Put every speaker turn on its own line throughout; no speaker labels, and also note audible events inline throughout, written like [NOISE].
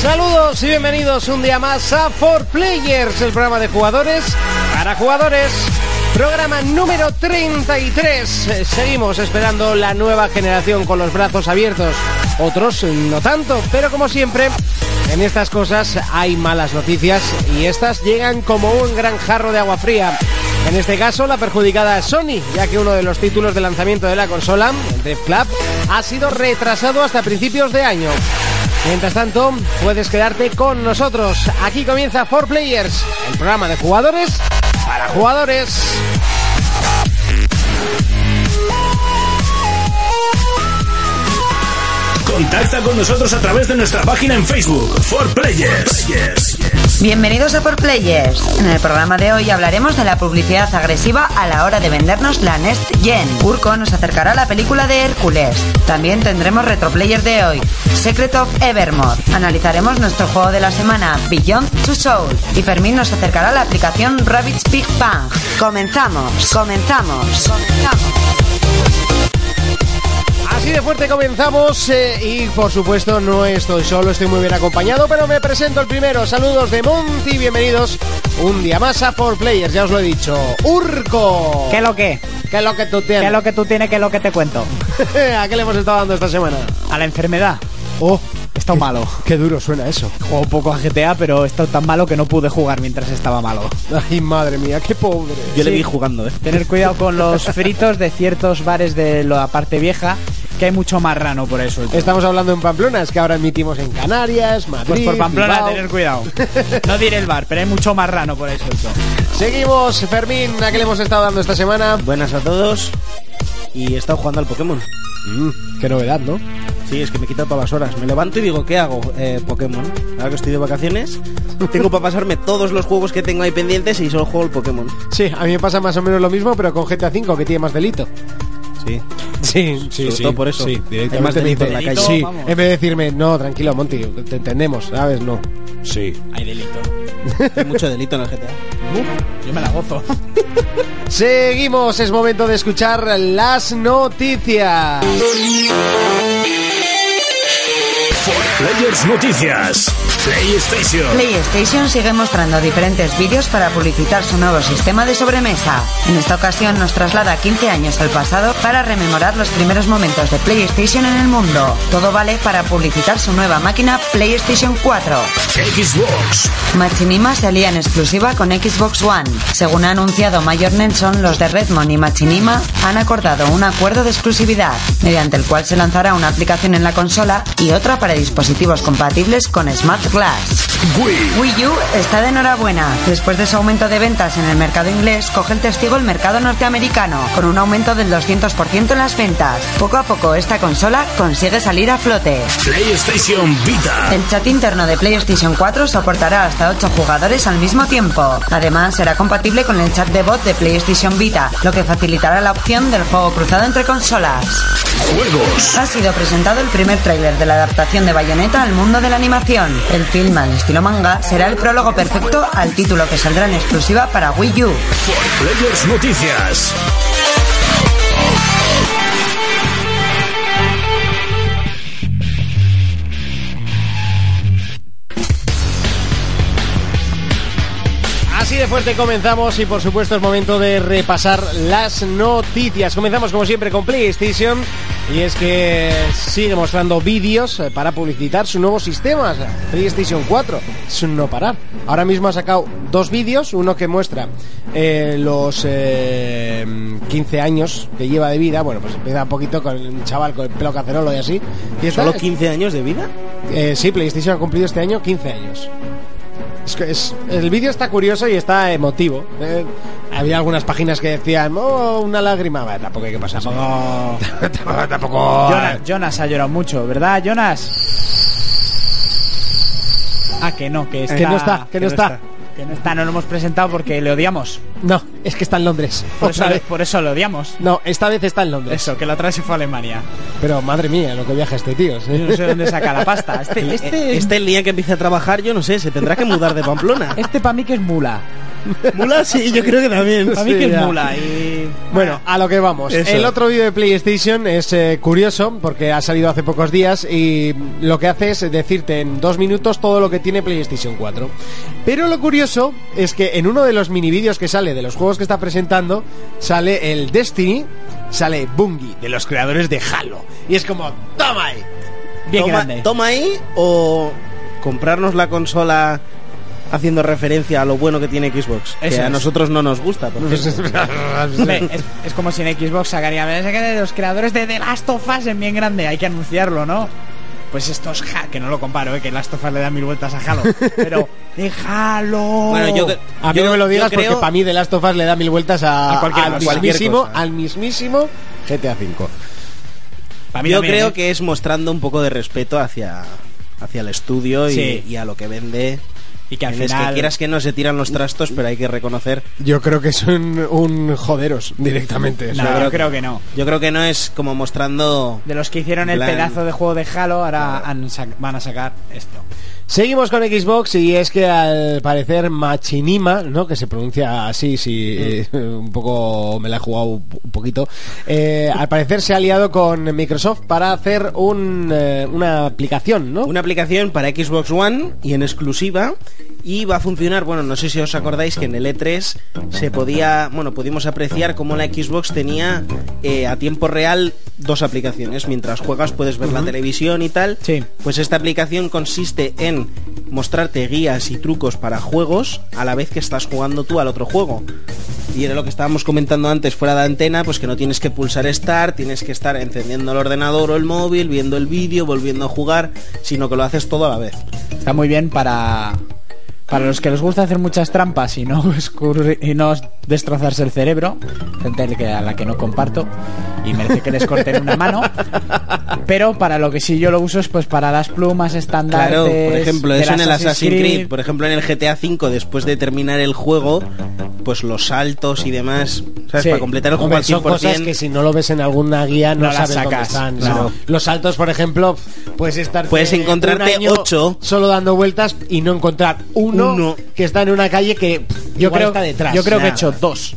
Saludos y bienvenidos un día más a For Players, el programa de jugadores para jugadores. Programa número 33. Eh, Seguimos esperando la nueva generación con los brazos abiertos. Otros eh, no tanto, pero como siempre, en estas cosas hay malas noticias y estas llegan como un gran jarro de agua fría. En este caso, la perjudicada es Sony, ya que uno de los títulos de lanzamiento de la consola, el Drift Club, ha sido retrasado hasta principios de año. Mientras tanto, puedes quedarte con nosotros. Aquí comienza 4Players, el programa de jugadores para jugadores.
Contacta con nosotros a través de nuestra página en Facebook, For Players.
Bienvenidos a Por Players. En el programa de hoy hablaremos de la publicidad agresiva a la hora de vendernos la Next Gen. Urco nos acercará a la película de Hércules. También tendremos Retroplayer de hoy, Secret of Evermore. Analizaremos nuestro juego de la semana, Beyond Two Soul. Y Fermín nos acercará a la aplicación Rabbit's Big Bang. Comenzamos, comenzamos, comenzamos.
Así de fuerte comenzamos eh, y por supuesto no estoy solo, estoy muy bien acompañado, pero me presento el primero. Saludos de Monty, bienvenidos un día más a 4Players, ya os lo he dicho. Urco,
¿Qué lo que?
¿qué es lo que tú
¿Qué es
tienes?
lo que tú tienes? ¿Qué es lo que te cuento?
[LAUGHS] ¿A qué le hemos estado dando esta semana?
A la enfermedad.
Oh,
He estado malo.
qué duro suena eso.
Juego un poco a GTA, pero he estado tan malo que no pude jugar mientras estaba malo.
Ay, madre mía, qué pobre.
Yo le
Sí.
vi jugando, ¿eh?
Tener cuidado con
[LAUGHS]
los fritos de ciertos bares de la parte vieja, que hay mucho marrano por eso.
Estamos hablando en Pamplona, es que ahora emitimos en Canarias, Madrid.
Pues por Pamplona,
Bilbao.
tener [LAUGHS] cuidado. No diré el bar, pero hay mucho marrano por eso.
Seguimos, Fermín, ¿a qué le hemos estado dando esta semana?
Buenas a todos. Y he estado jugando al Pokémon. Mm,
qué novedad, ¿no?
Sí, es que me quita todas las horas. Me levanto y digo, ¿qué hago? Eh, Pokémon. Ahora que estoy
[LAUGHS]
de vacaciones, tengo para pasarme todos los juegos que tengo ahí pendientes y solo juego el Pokémon.
Sí, a mí me pasa más o menos lo mismo, pero con GTA V, que tiene más delito.
Sí.
Sí,
sí, Sobre todo por eso. sí, directamente. Hay más delito en la calle.
Sí,
Vamos.
en vez de decirme, no, tranquilo, Monty, te entendemos, ¿sabes? No.
Sí.
Hay delito.
Hay mucho delito en
[LAUGHS]
el GTA.
Yo me la [LAUGHS] gozo.
Seguimos, es momento de escuchar las noticias.
Players Noticias. PlayStation.
PlayStation sigue mostrando diferentes vídeos para publicitar su nuevo sistema de sobremesa. En esta ocasión nos traslada 15 años al pasado para rememorar los primeros momentos de PlayStation en el mundo. Todo vale para publicitar su nueva máquina PlayStation 4.
Xbox.
Machinima salía en exclusiva con Xbox One. Según ha anunciado Mayor Nelson, los de Redmond y Machinima han acordado un acuerdo de exclusividad, mediante el cual se lanzará una aplicación en la consola y otra para dispositivos compatibles con Smart Glass.
Wii.
Wii U está de enhorabuena. Después de su aumento de ventas en el mercado inglés, coge el testigo el mercado norteamericano, con un aumento del 200% en las ventas. Poco a poco esta consola consigue salir a flote.
PlayStation Vita.
El chat interno de PlayStation 4 soportará hasta 8 jugadores al mismo tiempo. Además, será compatible con el chat de bot de PlayStation Vita, lo que facilitará la opción del juego cruzado entre consolas.
Juegos.
Ha sido presentado el primer tráiler de la adaptación de Bayonetta al mundo de la animación. El film al estilo manga será el prólogo perfecto al título que saldrá en exclusiva para Wii U.
Players Noticias.
Así de fuerte comenzamos y por supuesto es momento de repasar las noticias. Comenzamos como siempre con PlayStation y es que sigue mostrando vídeos eh, para publicitar su nuevo sistema, o sea, PlayStation 4. Es un no parar. Ahora mismo ha sacado dos vídeos, uno que muestra eh, los eh, 15 años que lleva de vida. Bueno, pues empieza un poquito con un chaval con el pelo cacerolo y así. Y está-
¿Solo 15 años de vida?
eh, sí, PlayStation ha cumplido este año 15 años. Es que es- el vídeo está curioso y está emotivo. Eh, había algunas páginas que decían, oh, una lágrima. Bueno, tampoco hay que pasar. Tampoco. tampoco.
Jonas, Jonas ha llorado mucho, ¿verdad, Jonas? Ah, que no, que, está,
no está, que no está.
Que no está, no lo hemos presentado porque le odiamos.
No, es que está en Londres.
Por
Otra
eso,
vez.
por eso lo odiamos.
No, esta vez está en Londres.
Eso, que la otra vez se fue a Alemania.
Pero madre mía, lo que viaja este tío. ¿sí?
Yo no sé
[LAUGHS]
dónde saca la pasta. Este,
Este,
este, este,
este el día que empiece a trabajar, yo no sé, se tendrá que mudar
[LAUGHS]
de Pamplona.
para este mí que es mula.
Mula, sí, yo creo que también.
Para mí
Sí,
que es
ya.
mula. Y... Ah,
Bueno, a lo que vamos.
Eso.
El otro vídeo de PlayStation es eh, curioso porque ha salido hace pocos días y lo que hace es decirte en dos minutos todo lo que tiene PlayStation 4. Pero lo curioso es que en uno de los mini vídeos que sale de los juegos que está presentando sale el Destiny, sale Bungie, de los creadores de Halo. Y es como, toma ahí.
Bien
toma,
grande.
toma ahí o comprarnos la consola haciendo referencia a lo bueno que tiene Xbox. que
Eso
a
es.
nosotros no nos gusta. por cierto.
Hombre, es, es como si en Xbox sacarían "Es que de los creadores de The Last of Us en bien grande, hay que anunciarlo, ¿no? Pues esto es ja- que no lo comparo, ¿eh? que Last of Us le da mil vueltas a [LAUGHS] Halo, pero de Halo.
Bueno, yo que-
A mí
Yo-
no me lo
yo
digas
creo-
porque para mí The Last of Us le da mil vueltas a,
A cualquier
al,
cosa. Cualquier
mismísimo,
cosa.
al mismísimo GTA V.
Pa' mí
yo
también,
creo
¿eh?
que es mostrando un poco de respeto hacia, hacia el estudio y-
Sí.
y, a lo que vende.
y que al
En es
final
que quieras que no se tiran los trastos, pero hay que reconocer.
Yo creo que es un, un joderos directamente. O
No,
sea,
yo
creo
creo que no.
Yo creo que no es como mostrando.
De los que hicieron el
Plan-
pedazo de juego de Halo, ahora han sac- van a sacar esto.
Seguimos con Xbox y es que al parecer Machinima, ¿no? Que se pronuncia así, si un poco me la he jugado un poquito. eh, al parecer se ha aliado con Microsoft para hacer un, eh, una aplicación, ¿no?
Una aplicación para Xbox One y en exclusiva. Y va a funcionar, bueno, no sé si os acordáis que en el E3 se podía, bueno, pudimos apreciar cómo la Xbox tenía eh, a tiempo real dos aplicaciones. Mientras juegas puedes ver la televisión y tal.
Sí.
Pues esta aplicación consiste en mostrarte guías y trucos para juegos a la vez que estás jugando tú al otro juego. Y era lo que estábamos comentando antes fuera de antena, pues que no tienes que pulsar Start, tienes que estar encendiendo el ordenador o el móvil, viendo el vídeo, volviendo a jugar, sino que lo haces todo a la vez.
Está muy bien para para los que les gusta hacer muchas trampas y no [LAUGHS] escurri- y no destrozarse el cerebro, gente que- a la que no comparto y merece que les corten una mano. Pero para lo que sí yo lo uso es pues para las plumas estándar.
Claro, por ejemplo, eso en el Assassin's Creed, por ejemplo, en el GTA V, después de terminar el juego, pues los saltos y demás, ¿sabes?
Sí.
Para completar el juego
Hombre,
al 100%.
son cosas que [LAUGHS] si no lo ves en alguna guía no,
No las
sabes dónde
sacas,
están.
claro.
¿no? Los saltos, por ejemplo, puedes estar
Puedes encontrarte ocho.
solo dando vueltas y no encontrar uno,
Uno.
que está en una calle que pff,
yo
igual
creo,
está detrás.
yo creo que he
Nah.
hecho dos.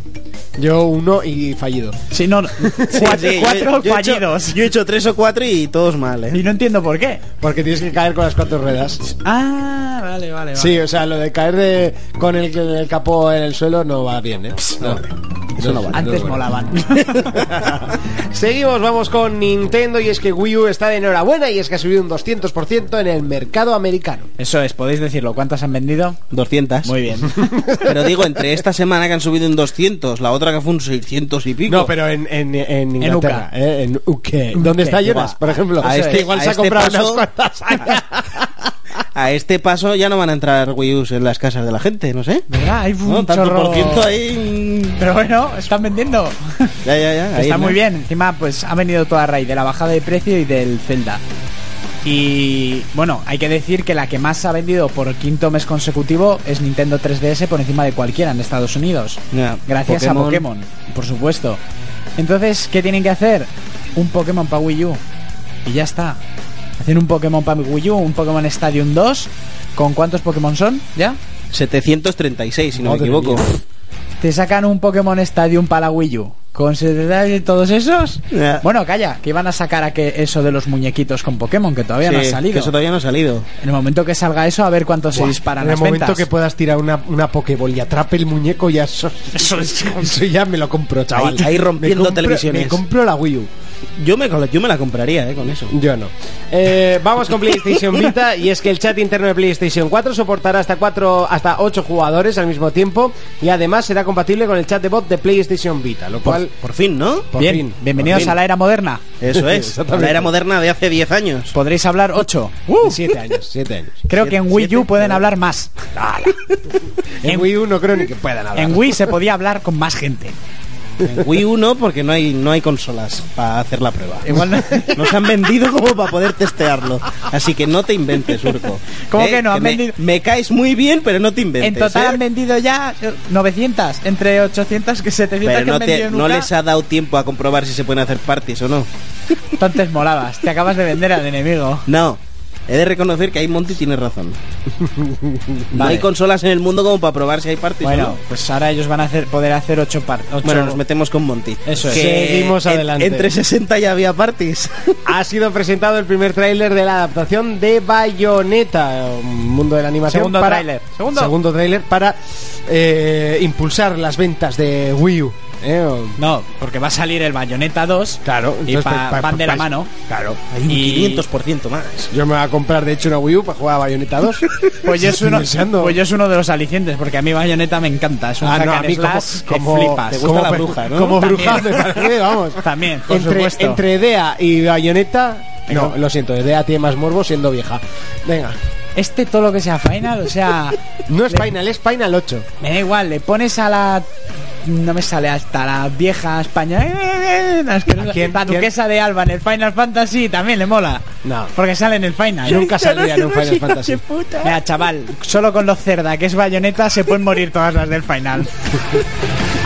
Yo uno y fallido.
Si
[LAUGHS]
no, cuatro,
Sí, yo-
cuatro
yo he hecho-
fallidos.
yo he hecho tres o cuatro y todos mal, ¿eh?
Y no entiendo por qué.
Porque tienes que caer con las cuatro ruedas.
Ah, vale, vale. vale.
Sí, o sea, lo de caer de, con el, el capó en el suelo no va bien, ¿eh? No. Eso no va.
Antes
no, bueno.
[LAUGHS]
molaban.
Seguimos, vamos con Nintendo y es que Wii U está de enhorabuena y es que ha subido un 200% en el mercado americano.
Eso es, podéis decirlo. ¿Cuántas han vendido?
200.
Muy
[LAUGHS]
bien.
Pero digo, entre esta semana que han subido un 200, la otra que fue un 600 y pico.
No, pero en, en, en Inglaterra,
UK.
¿eh? en UK. ¿Dónde
UK,
está Jonas,
guau.
por ejemplo?
A
Eso
este-
es. igual
a
se ha
este
comprado
paso-
unas cuantas.
[LAUGHS] A este paso ya no van a entrar Wii U's en las casas de la gente, no sé.
¿Verdad? Hay un
No, tanto
chorro.
por ciento ahí. mm,
Pero bueno, están vendiendo.
Ya, ya, ya.
[LAUGHS]
ahí,
Está
¿no?
muy bien. Encima, pues ha venido toda a raíz de la bajada de precio y del Zelda. Y bueno, hay que decir que la que más ha vendido por quinto mes consecutivo es Nintendo 3DS por encima de cualquiera en Estados Unidos.
Ya,
gracias a Pokémon, por supuesto. Entonces, ¿qué tienen que hacer? Un Pokémon para Wii U. Y ya está. Hacen un Pokémon para Wii U, un Pokémon Stadium 2. ¿Con cuántos Pokémon son? ¿Ya?
736, si no
Madre
me equivoco.
mía.
Te sacan un Pokémon Stadium para la Wii U. ¿Consideráis todos esos?
Ya.
Bueno, calla, que iban a sacar a que eso de los muñequitos con Pokémon, que todavía no ha
Sí, que
salido.
eso todavía no ha salido.
En el momento que salga eso, a ver cuánto se
Buah,
disparan
En el
las
momento
ventas.
que puedas tirar una, una Pokéball y atrape el [LAUGHS] muñeco, ya eso, eso ya me lo compro, chaval.
Ahí- ahí rompiendo
Me compro-
televisiones.
Me compro la Wii U.
Yo me, yo me la compraría, eh, con eso.
Yo no. Eh, vamos con PlayStation Vita y es que el chat interno de PlayStation 4 soportará hasta cuatro, hasta 8 jugadores al mismo tiempo y además será compatible con el chat de bot de PlayStation Vita, lo
Por,
cual
por fin, ¿no?
Por
Bien,
fin,
bienvenidos
por fin.
a la era moderna. [LAUGHS]
Eso es.
Exactamente.
La era moderna de hace 10 años.
Podréis hablar ocho.
siete años, siete años.
Creo
Siete-
que en Wii U
siete, Ah,
pueden
claro.
hablar más.
En
[LAUGHS] En-
Wii U no creo ni que puedan hablar.
En Wii se podía hablar con más gente.
En Wii U no, porque no hay, no hay consolas para hacer la prueba.
Igual no-
Nos han vendido como para poder testearlo. Así que no te inventes, Urco. ¿Eh?
¿Cómo que no? Han
me-
vendido-
Me, caes muy bien, pero no te inventes.
En total
¿eh?
han vendido ya 900, entre 800 que 700
Pero
que
no,
han
te-
vendido en
no
una.
les ha dado tiempo a comprobar si se pueden hacer parties o no.
Entonces molabas, te acabas de vender al enemigo.
No. He de reconocer que ahí Monty
[LAUGHS]
tiene razón. No hay
Vale.
consolas en el mundo como para probar si hay parties o
Bueno,
no.
pues ahora ellos van a hacer, poder hacer 8 partes.
Bueno, nos metemos con Monty.
Eso es.
Que
Seguimos
en-
adelante.
entre 60 ya había parties.
Ha sido presentado el primer tráiler de la adaptación de Bayonetta, un mundo de la animación.
Segundo
para-
tráiler.
Segundo,
Segundo.
tráiler para eh, impulsar las ventas de Wii U. ¿eh? O-
No, porque va a salir el Bayonetta 2.
Claro,
Y
entonces,
pa-
pa- pa-
van de la
pa-
mano.
Claro.
Hay un
Y-
500% más.
Yo me voy a comprar, de hecho, una Wii U para jugar a Bayonetta 2.
Pues yo, es
Estoy
uno,
deseando.
pues yo es uno de los alicientes, porque a mí Bayonetta me encanta. Es un
Ah,
hack
no, a
and
mí como,
slash
como-
que flipas.
gusta
como
la
per-
bruja, ¿no?
Como
También.
bruja, me parece, [LAUGHS] vamos.
También, por
Entre,
supuesto.
entre Dea y Bayonetta. No,
Venga.
lo siento, Dea tiene más morbo siendo vieja. Venga.
Este todo lo que sea final, o
[LAUGHS]
sea,
No es Final, es Final 8.
me da igual, le pones a la... No me sale hasta la vieja española. eh, La asquerosa-
¿A quién?
La duquesa de Alba en el Final Fantasy también le mola.
No.
Porque sale en el Final.
Nunca saldría en un Final Fantasy.
Mira, chaval, solo con los cerda, que es bayoneta, se pueden morir todas las del final.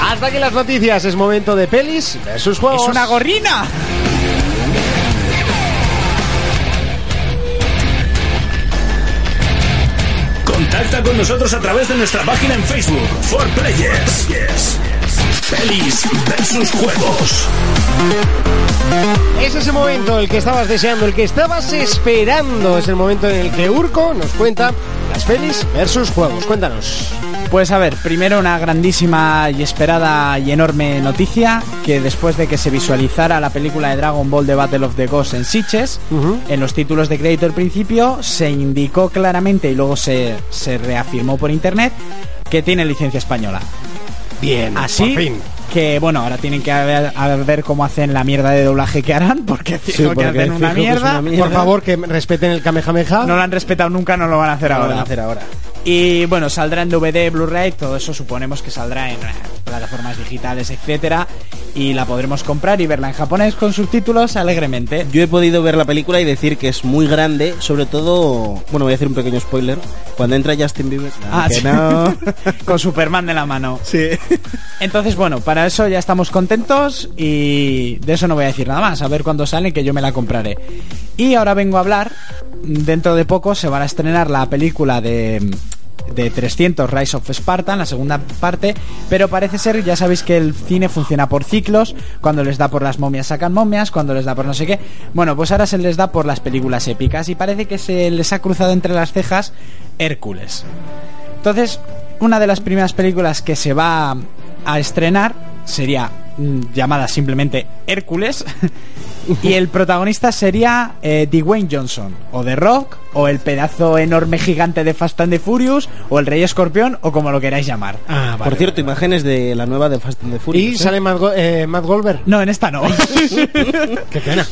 Hasta que las noticias es momento de pelis versus
¡Es
juegos.
una gorrina!
Contacta con nosotros a través de nuestra página en Facebook, For Players. Pelis versus juegos.
Es ese momento el que estabas deseando, el que estabas esperando. Es el momento en el que Urco nos cuenta las pelis versus juegos. Cuéntanos.
Pues a ver, primero una grandísima y esperada y enorme noticia, que después de que se visualizara la película de Dragon Ball de Battle of the Ghost en Sitges,
Ujú.
en los títulos de crédito al principio se indicó claramente y luego se, se reafirmó por internet que tiene licencia española.
Bien,
Así
por fin.
que bueno, ahora tienen que ver, a ver cómo hacen la mierda de doblaje que harán, porque [LAUGHS] fijo
porque
que hacen
fijo
una
que es
mierda.
una mierda.
Por favor, que respeten el Kamehameha.
No lo han respetado nunca, no lo van a hacer
Ahora
ahora.
van a hacer ahora.
Y bueno, saldrá en DVD, Blu-ray, todo eso suponemos que saldrá en eh, plataformas digitales, etcétera, y la podremos comprar y verla en japonés con subtítulos alegremente.
Yo he podido ver la película y decir que es muy grande, sobre todo, bueno, voy a hacer un pequeño spoiler, cuando entra Justin Bieber. No,
Ah,
que
sí.
no.
[LAUGHS] con Superman de la mano.
Sí.
Entonces, bueno, para eso ya estamos contentos y de eso no voy a decir nada más. A ver cuándo sale que yo me la compraré. Y ahora vengo a hablar. Dentro de poco se van a estrenar la película de, de 300 Rise of Spartan, la segunda parte. Pero parece ser, ya sabéis que el cine funciona por ciclos. Cuando les da por las momias sacan momias, cuando les da por no sé qué. Bueno, pues ahora se les da por las películas épicas y parece que se les ha cruzado entre las cejas Hércules. Entonces, una de las primeras películas que se va a estrenar sería mm, llamada simplemente Hércules [LAUGHS] y el protagonista sería eh, Dwayne Johnson o The Rock o el pedazo enorme gigante de Fast and the Furious o el Rey Escorpión o como lo queráis llamar.
Ah, vale.
Por cierto, imágenes de la nueva de Fast and the Furious.
Y
¿eh?
sale Matt, Go- eh, Matt Goldberg.
No, en esta no.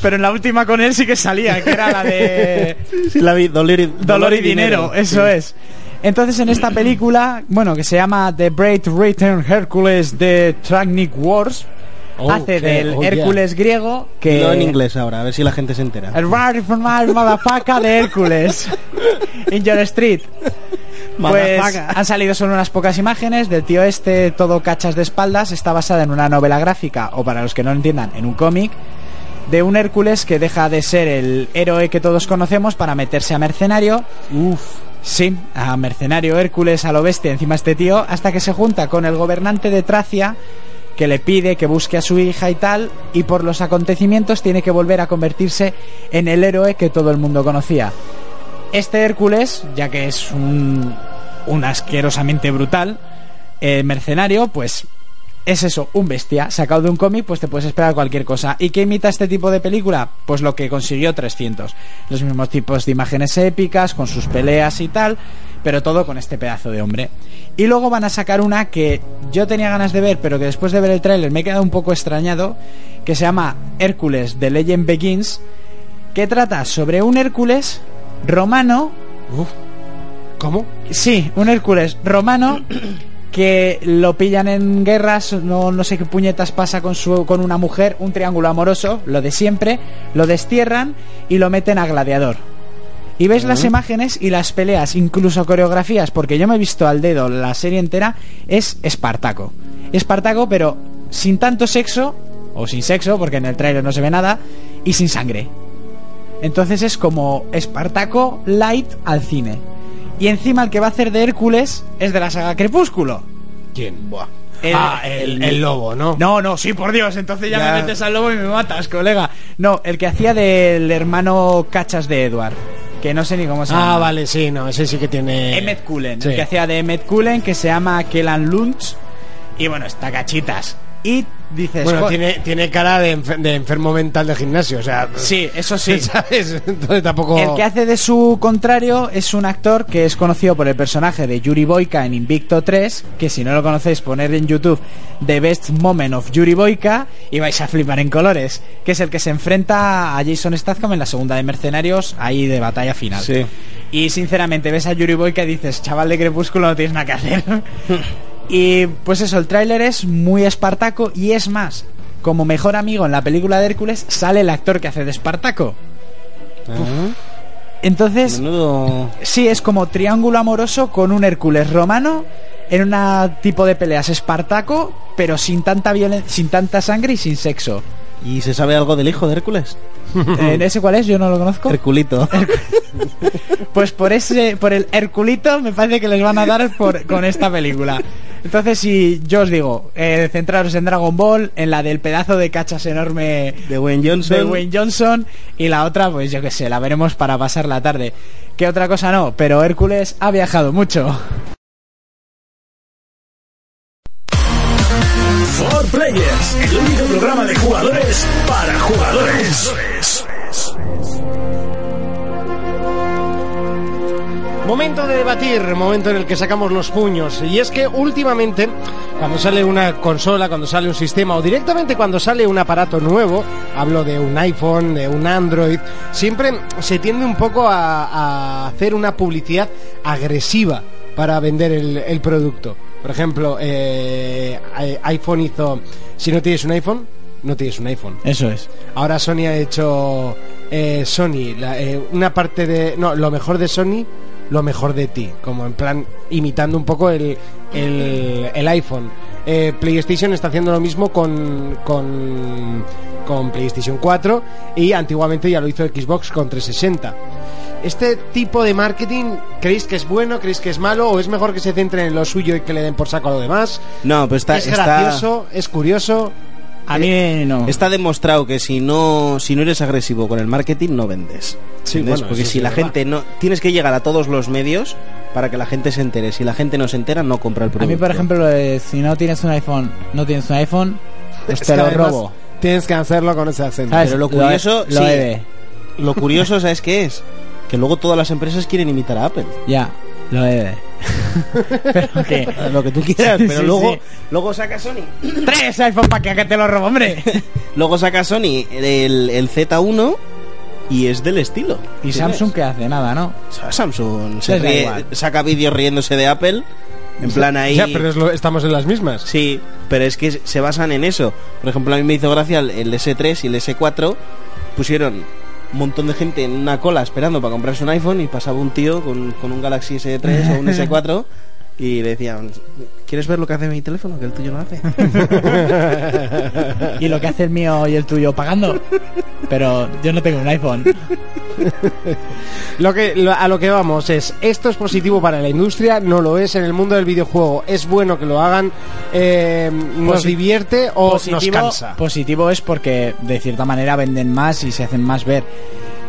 Pero en la última con él sí que salía, que era la de
[LAUGHS] Sí, la vi, dolor y,
Dolor y dinero, eso es. Entonces en esta película, bueno, que se llama The Great Return Hercules de Tragnic Wars,
Oh,
hace
ok,
del
oh, yeah.
Hércules griego que...
No en inglés ahora, a ver si la gente se entera.
El Rar from Mar- Motherfucker de
[LAUGHS]
Hércules. In your street. Pues
Motherfucker.
han salido solo unas pocas imágenes del tío este, todo cachas de espaldas. Está basada en una novela gráfica, o para los que no lo entiendan, en un cómic, de un Hércules que deja de ser el héroe que todos conocemos para meterse a mercenario. Uff. Sí, a mercenario Hércules, a lo bestia, encima este tío, hasta que se junta con el gobernante de Tracia, que le pide que busque a su hija y tal, y por los acontecimientos tiene que volver a convertirse en el héroe que todo el mundo conocía. Este Hércules, ya que es un, un asquerosamente brutal eh, mercenario, pues es eso, un bestia. Sacado de un cómic, pues te puedes esperar cualquier cosa. ¿Y qué imita este tipo de película? Pues lo que consiguió 300. Los mismos tipos de imágenes épicas, con sus peleas y tal, pero todo con este pedazo de hombre. Y luego van a sacar una que yo tenía ganas de ver, pero que después de ver el tráiler me he quedado un poco extrañado, que se llama Hércules de Legend Begins, que trata sobre un Hércules romano
¿Cómo?
Sí, un Hércules romano que lo pillan en guerras, no, no sé qué puñetas pasa con, su, con una mujer, un triángulo amoroso, lo de siempre, lo destierran y lo meten a gladiador. Y ves las imágenes y las peleas, incluso coreografías, porque yo me he visto al dedo la serie entera, es Espartaco. Espartaco, pero sin tanto sexo, o sin sexo, porque en el tráiler no se ve nada, y sin sangre. Entonces es como Espartaco light al cine. Y encima el que va a hacer de Hércules es de la saga Crepúsculo.
¿Quién?
El-
ah, el, el lobo, ¿no?
No, no, sí, por Dios, entonces ya,
Ya.
me metes al lobo y me matas, colega. No, el que hacía del hermano cachas de Edward, que no sé ni cómo se llama.
Ah, vale, sí, no, ese sí que tiene...
Emmet Cullen,
Sí.
el que hacía de Emmet Cullen, que se llama Kellan Lunch. Y bueno, está cachitas. Y dices...
Bueno,
"Jo-
tiene, tiene cara de, enfer- de enfermo mental de gimnasio, o sea... [LAUGHS]
Sí, eso sí.
¿Sabes? Entonces tampoco...
El que hace de su contrario es un actor que es conocido por el personaje de Yuri Boyka en Invicto 3, que si no lo conocéis poner en YouTube The Best Moment of Yuri Boyka y vais a flipar en colores, que es el que se enfrenta a Jason Statham en la segunda de Mercenarios, ahí de batalla final.
Sí.
Y sinceramente ves a Yuri Boyka y dices, chaval de Crepúsculo, no tienes nada que hacer. y pues eso, el tráiler es muy espartaco y es más, como mejor amigo en la película de Hércules sale el actor que hace de Espartaco. Entonces,
Menudo.
sí, es como triángulo amoroso con un Hércules romano en un tipo de peleas espartaco, pero sin tanta violen- sin tanta sangre y sin sexo.
¿Y se sabe algo del hijo de Hércules?
Eh, ¿Ese cuál es? Yo no lo conozco.
Herculito.
Pues por ese, por el Herculito, me parece que les van a dar por, con esta película. Entonces, si yo os digo, eh, centraros en Dragon Ball, en la del pedazo de cachas enorme
De Wayne Johnson.
de Wayne Johnson y la otra, pues yo que sé, la veremos para pasar la tarde. Que otra cosa no, pero Hércules ha viajado mucho.
For Players, el único programa de jugadores para jugadores.
Momento de debatir, momento en el que sacamos los puños. Y es que últimamente, cuando sale una consola, cuando sale un sistema o directamente cuando sale un aparato nuevo, hablo de un iPhone, de un Android, siempre se tiende un poco a, a hacer una publicidad agresiva para vender el, el producto. Por ejemplo, eh, i- iPhone hizo, si no tienes un iPhone, no tienes un iPhone.
Eso es.
Ahora Sony ha hecho eh, Sony, la- eh, una parte de... No, lo mejor de Sony, lo mejor de ti. Como en plan, imitando un poco el, el, el iPhone. Eh, PlayStation está haciendo lo mismo con, con, con PlayStation 4 y antiguamente ya lo hizo Xbox con 360. ¿Este tipo de marketing creéis que es bueno, creéis que es malo o es mejor que se centren en lo suyo y que le den por saco a lo demás?
No, pero está.
es
está-
gracioso, es curioso.
A mí no.
Está demostrado que si no, si no eres agresivo con el marketing, no vendes.
Sí,
¿Entiendes?
bueno,
Porque
eso
si
sí
la
es
gente no. Tienes que llegar a todos los medios para que la gente se entere. Si la gente no se entera, no compra el
A
producto.
mí, por ejemplo, lo de si no tienes un iPhone, no tienes un iPhone, pues
Es
te
que
lo
además
robo. Ah,
Tienes que hacerlo con ese acento.
¿Sabes?
pero lo curioso,
lo,
sí.
de-
Lo curioso, ¿sabes qué es? Que luego todas las empresas quieren imitar a Apple. [LAUGHS]
ya, lo de. pero que
Lo que tú quieras,
Sí,
pero
sí,
luego,
sí.
luego saca Sony.
tres iPhone para que te lo robo, hombre.
Luego saca Sony el, el Z1 y es del estilo.
[LAUGHS] Y
¿Entiendes?
Samsung que hace nada,
[LAUGHS]
¿no?
O sea, Samsung se
Les da
ríe-
igual.
saca vídeos riéndose de Apple. En plan ahí.
Ya, pero es lo- estamos en las mismas.
Sí, pero es que se basan en eso. Por ejemplo, a mí me hizo gracia el- el S3 y el S4. Pusieron un montón de gente en una cola esperando para comprarse un iPhone y pasaba un tío con, con un Galaxy
[LAUGHS]
S3 o un S4 y le decían, ¿quieres ver lo que hace mi teléfono? Que el tuyo no hace.
Y lo que hace el mío y el tuyo pagando. Pero yo no tengo un iPhone.
[LAUGHS] Lo que, lo- a lo que vamos es, esto es positivo para la industria, no lo es en el mundo del videojuego. Es bueno que lo hagan, eh, nos
Posi-
divierte o nos cansa.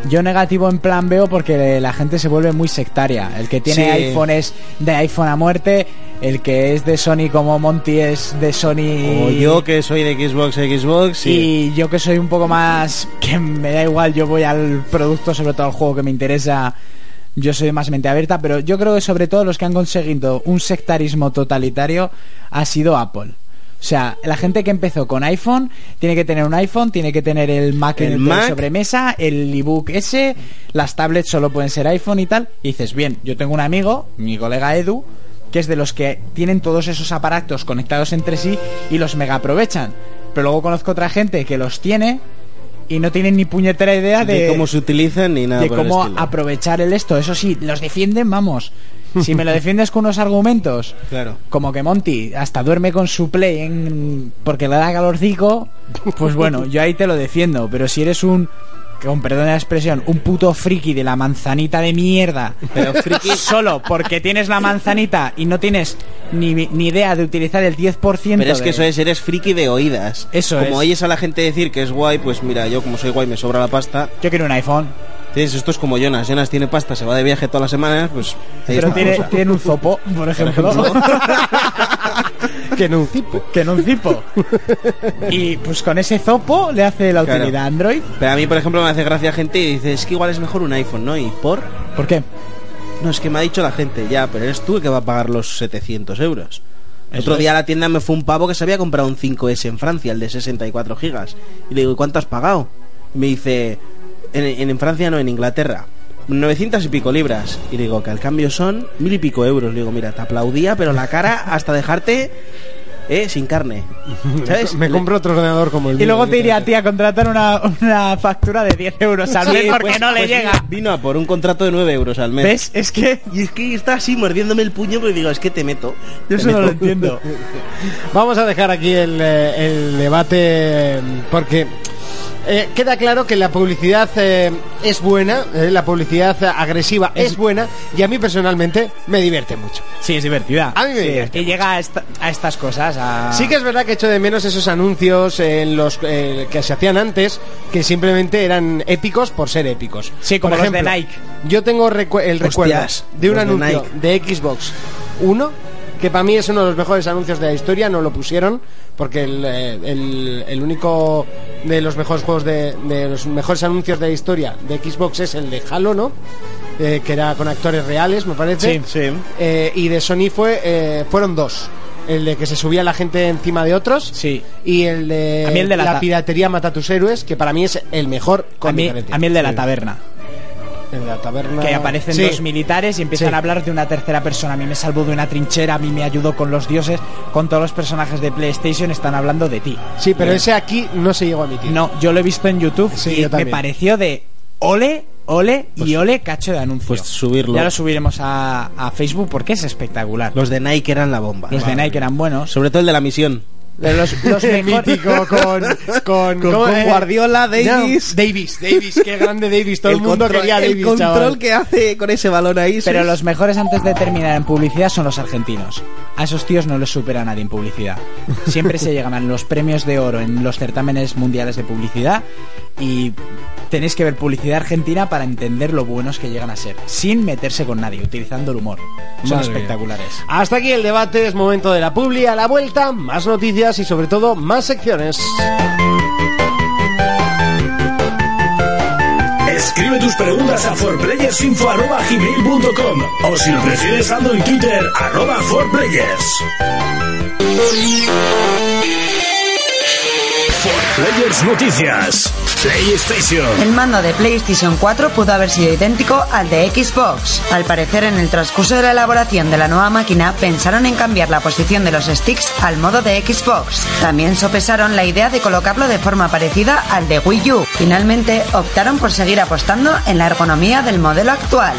Yo negativo en plan veo porque la gente se vuelve muy sectaria. El que tiene
Sí.
iPhone es de iPhone a muerte, el que es de Sony como Monty es de Sony...
O yo que soy de Xbox, Xbox. Y...
Y yo que soy un poco más... que me da igual, yo voy al producto, sobre todo al juego que me interesa. Yo soy más mente abierta, pero yo creo que sobre todo los que han conseguido un sectarismo totalitario ha sido Apple. O sea, la gente que empezó con iPhone tiene que tener un iPhone, tiene que tener el Mac
El
en
Mac.
de sobremesa, el ebook ese, las tablets solo pueden ser iPhone y tal. Y dices, bien, yo tengo un amigo, mi colega Edu, que es de los que tienen todos esos aparatos conectados entre sí y los mega aprovechan. Pero luego conozco otra gente que los tiene y no tienen ni puñetera idea de,
De, cómo se utilizan ni nada
de
por el
cómo
estilo.
aprovechar el esto. Eso sí, los defienden, vamos. Si me lo defiendes con unos argumentos,
Claro.
como que Monty hasta duerme con su play en- porque le da calorcico, pues bueno, yo ahí te lo defiendo. Pero si eres un, con perdón de la expresión, un puto friki de la manzanita de mierda,
Pero friki-
solo porque tienes la manzanita y no tienes ni, ni idea de utilizar el 10%.
Pero es que
de-
eso es, eres friki de oídas.
Eso
Como
es.
oyes a la gente decir que es guay, pues mira, yo como soy guay me sobra la pasta.
Yo quiero un iPhone,
Entonces esto es como Jonas. Jonas tiene pasta, se va de viaje todas las semanas, pues... ahí está
pero
la
tiene,
cosa.
tiene un zopo, por ejemplo. [LAUGHS]
Que no un tipo.
que no un zipo. Y pues con ese zopo le hace la
Claro.
utilidad a Android.
Pero a mí, por ejemplo, me hace gracia gente y dice, es que igual es mejor un iPhone, ¿no? Y por...
¿Por qué?
No, es que me ha dicho la gente, ya, pero eres tú el que va a pagar los 700 euros.
Eso
Otro
es.
día a la tienda me fue un pavo que se había comprado un 5S en Francia, el de 64 gigas. Y le digo, ¿y cuánto has pagado? Y me dice, en, en- en Francia no, en Inglaterra. 900 y pico libras. Y le digo, que al cambio son mil y pico euros. Le digo, mira, te aplaudía, pero la cara hasta dejarte eh, sin carne. ¿Sabes?
Me compro otro ordenador como el
pues, Y
mío,
luego
¿eh?
te iría a ti a contratar una, una factura de 10 euros al mes
Sí,
porque
pues-
no le
pues
llega.
mira, Vino a por un contrato de 9 euros al mes.
¿Ves? Es que
Y es que está así mordiéndome el puño, pero digo, es que te meto.
yo
Te
eso no
meto.
lo
[LAUGHS]
entiendo.
Vamos a dejar aquí el, eh, el debate eh, porque eh, queda claro que la publicidad eh, es buena, eh, la publicidad agresiva es, buena y a mí personalmente me divierte mucho.
Sí, es divertida.
A mí me
Sí,
divierte
Y llega a, esta- a estas cosas. A...
Sí que es verdad que echo de menos esos anuncios en los eh, que se hacían antes, que simplemente eran épicos por ser épicos.
Sí, como
por
los de Nike.
Yo tengo recu- el recuerdo
Hostias,
de un
los de
anuncio de, Xbox 1, que para mí es uno de los mejores anuncios de la historia, no lo pusieron, porque el, eh, el- el único de los mejores juegos de, de los mejores anuncios de la historia de Xbox es el de Halo, ¿no? Eh, que era con actores reales, me parece.
Sí, sí.
Eh, y de Sony fue eh, fueron dos. El de que se subía la gente encima de otros.
Sí.
Y el de,
A mí el de la
la
ta-
piratería mata a tus héroes, que para mí es el mejor con
A mí,
diferencia.
a mí el de la
Sí.
taberna.
El de la taberna.
Que aparecen
Sí.
dos militares y empiezan
Sí.
a hablar de una tercera persona. A mí me salvó de una trinchera, a mí me ayudó con los dioses. Con todos los personajes de PlayStation están hablando de ti.
Sí, pero ese aquí no se llegó a emitir.
No, yo lo he visto en YouTube
Sí,
y
yo
me
también.
pareció de ole, ole y ole cacho de anuncio.
pues subirlo.
Ya lo subiremos a, a Facebook porque es espectacular. Los,
Los de Nike eran la bomba.
de Nike eran buenos.
Sobre todo el de la misión.
Pero los, [LAUGHS] los
El
mejor-
mítico con, con,
Con-
¿cómo,
con Guardiola, Davis.
No, Davis, Davis, qué grande Davis.
[LAUGHS]
Todo el, mundo
control,
quería a Davis,
el control
chaval.
que hace con ese balón ahí.
Pero
sí.
los mejores antes de terminar en publicidad son los argentinos. A esos tíos no les supera nadie en publicidad. Siempre se llegan los premios de oro en los certámenes mundiales de publicidad y tenéis que ver publicidad argentina para entender lo buenos que llegan a ser, sin meterse con nadie, utilizando el humor.
Madre
Son
mía.
espectaculares.
Hasta aquí el debate, es momento de la publi, a la vuelta, más noticias y sobre todo más secciones.
Escribe tus preguntas a forplayersinfo.com o si lo prefieres ando en Twitter, arroba forplayers. Players Noticias. PlayStation.
El mando de PlayStation 4 pudo haber sido idéntico al de Xbox. Al parecer, en el transcurso de la elaboración de la nueva máquina, pensaron en cambiar la posición de los sticks al modo de Xbox. También sopesaron la idea de colocarlo de forma parecida al de Wii U. Finalmente, optaron por seguir apostando en la ergonomía del modelo actual.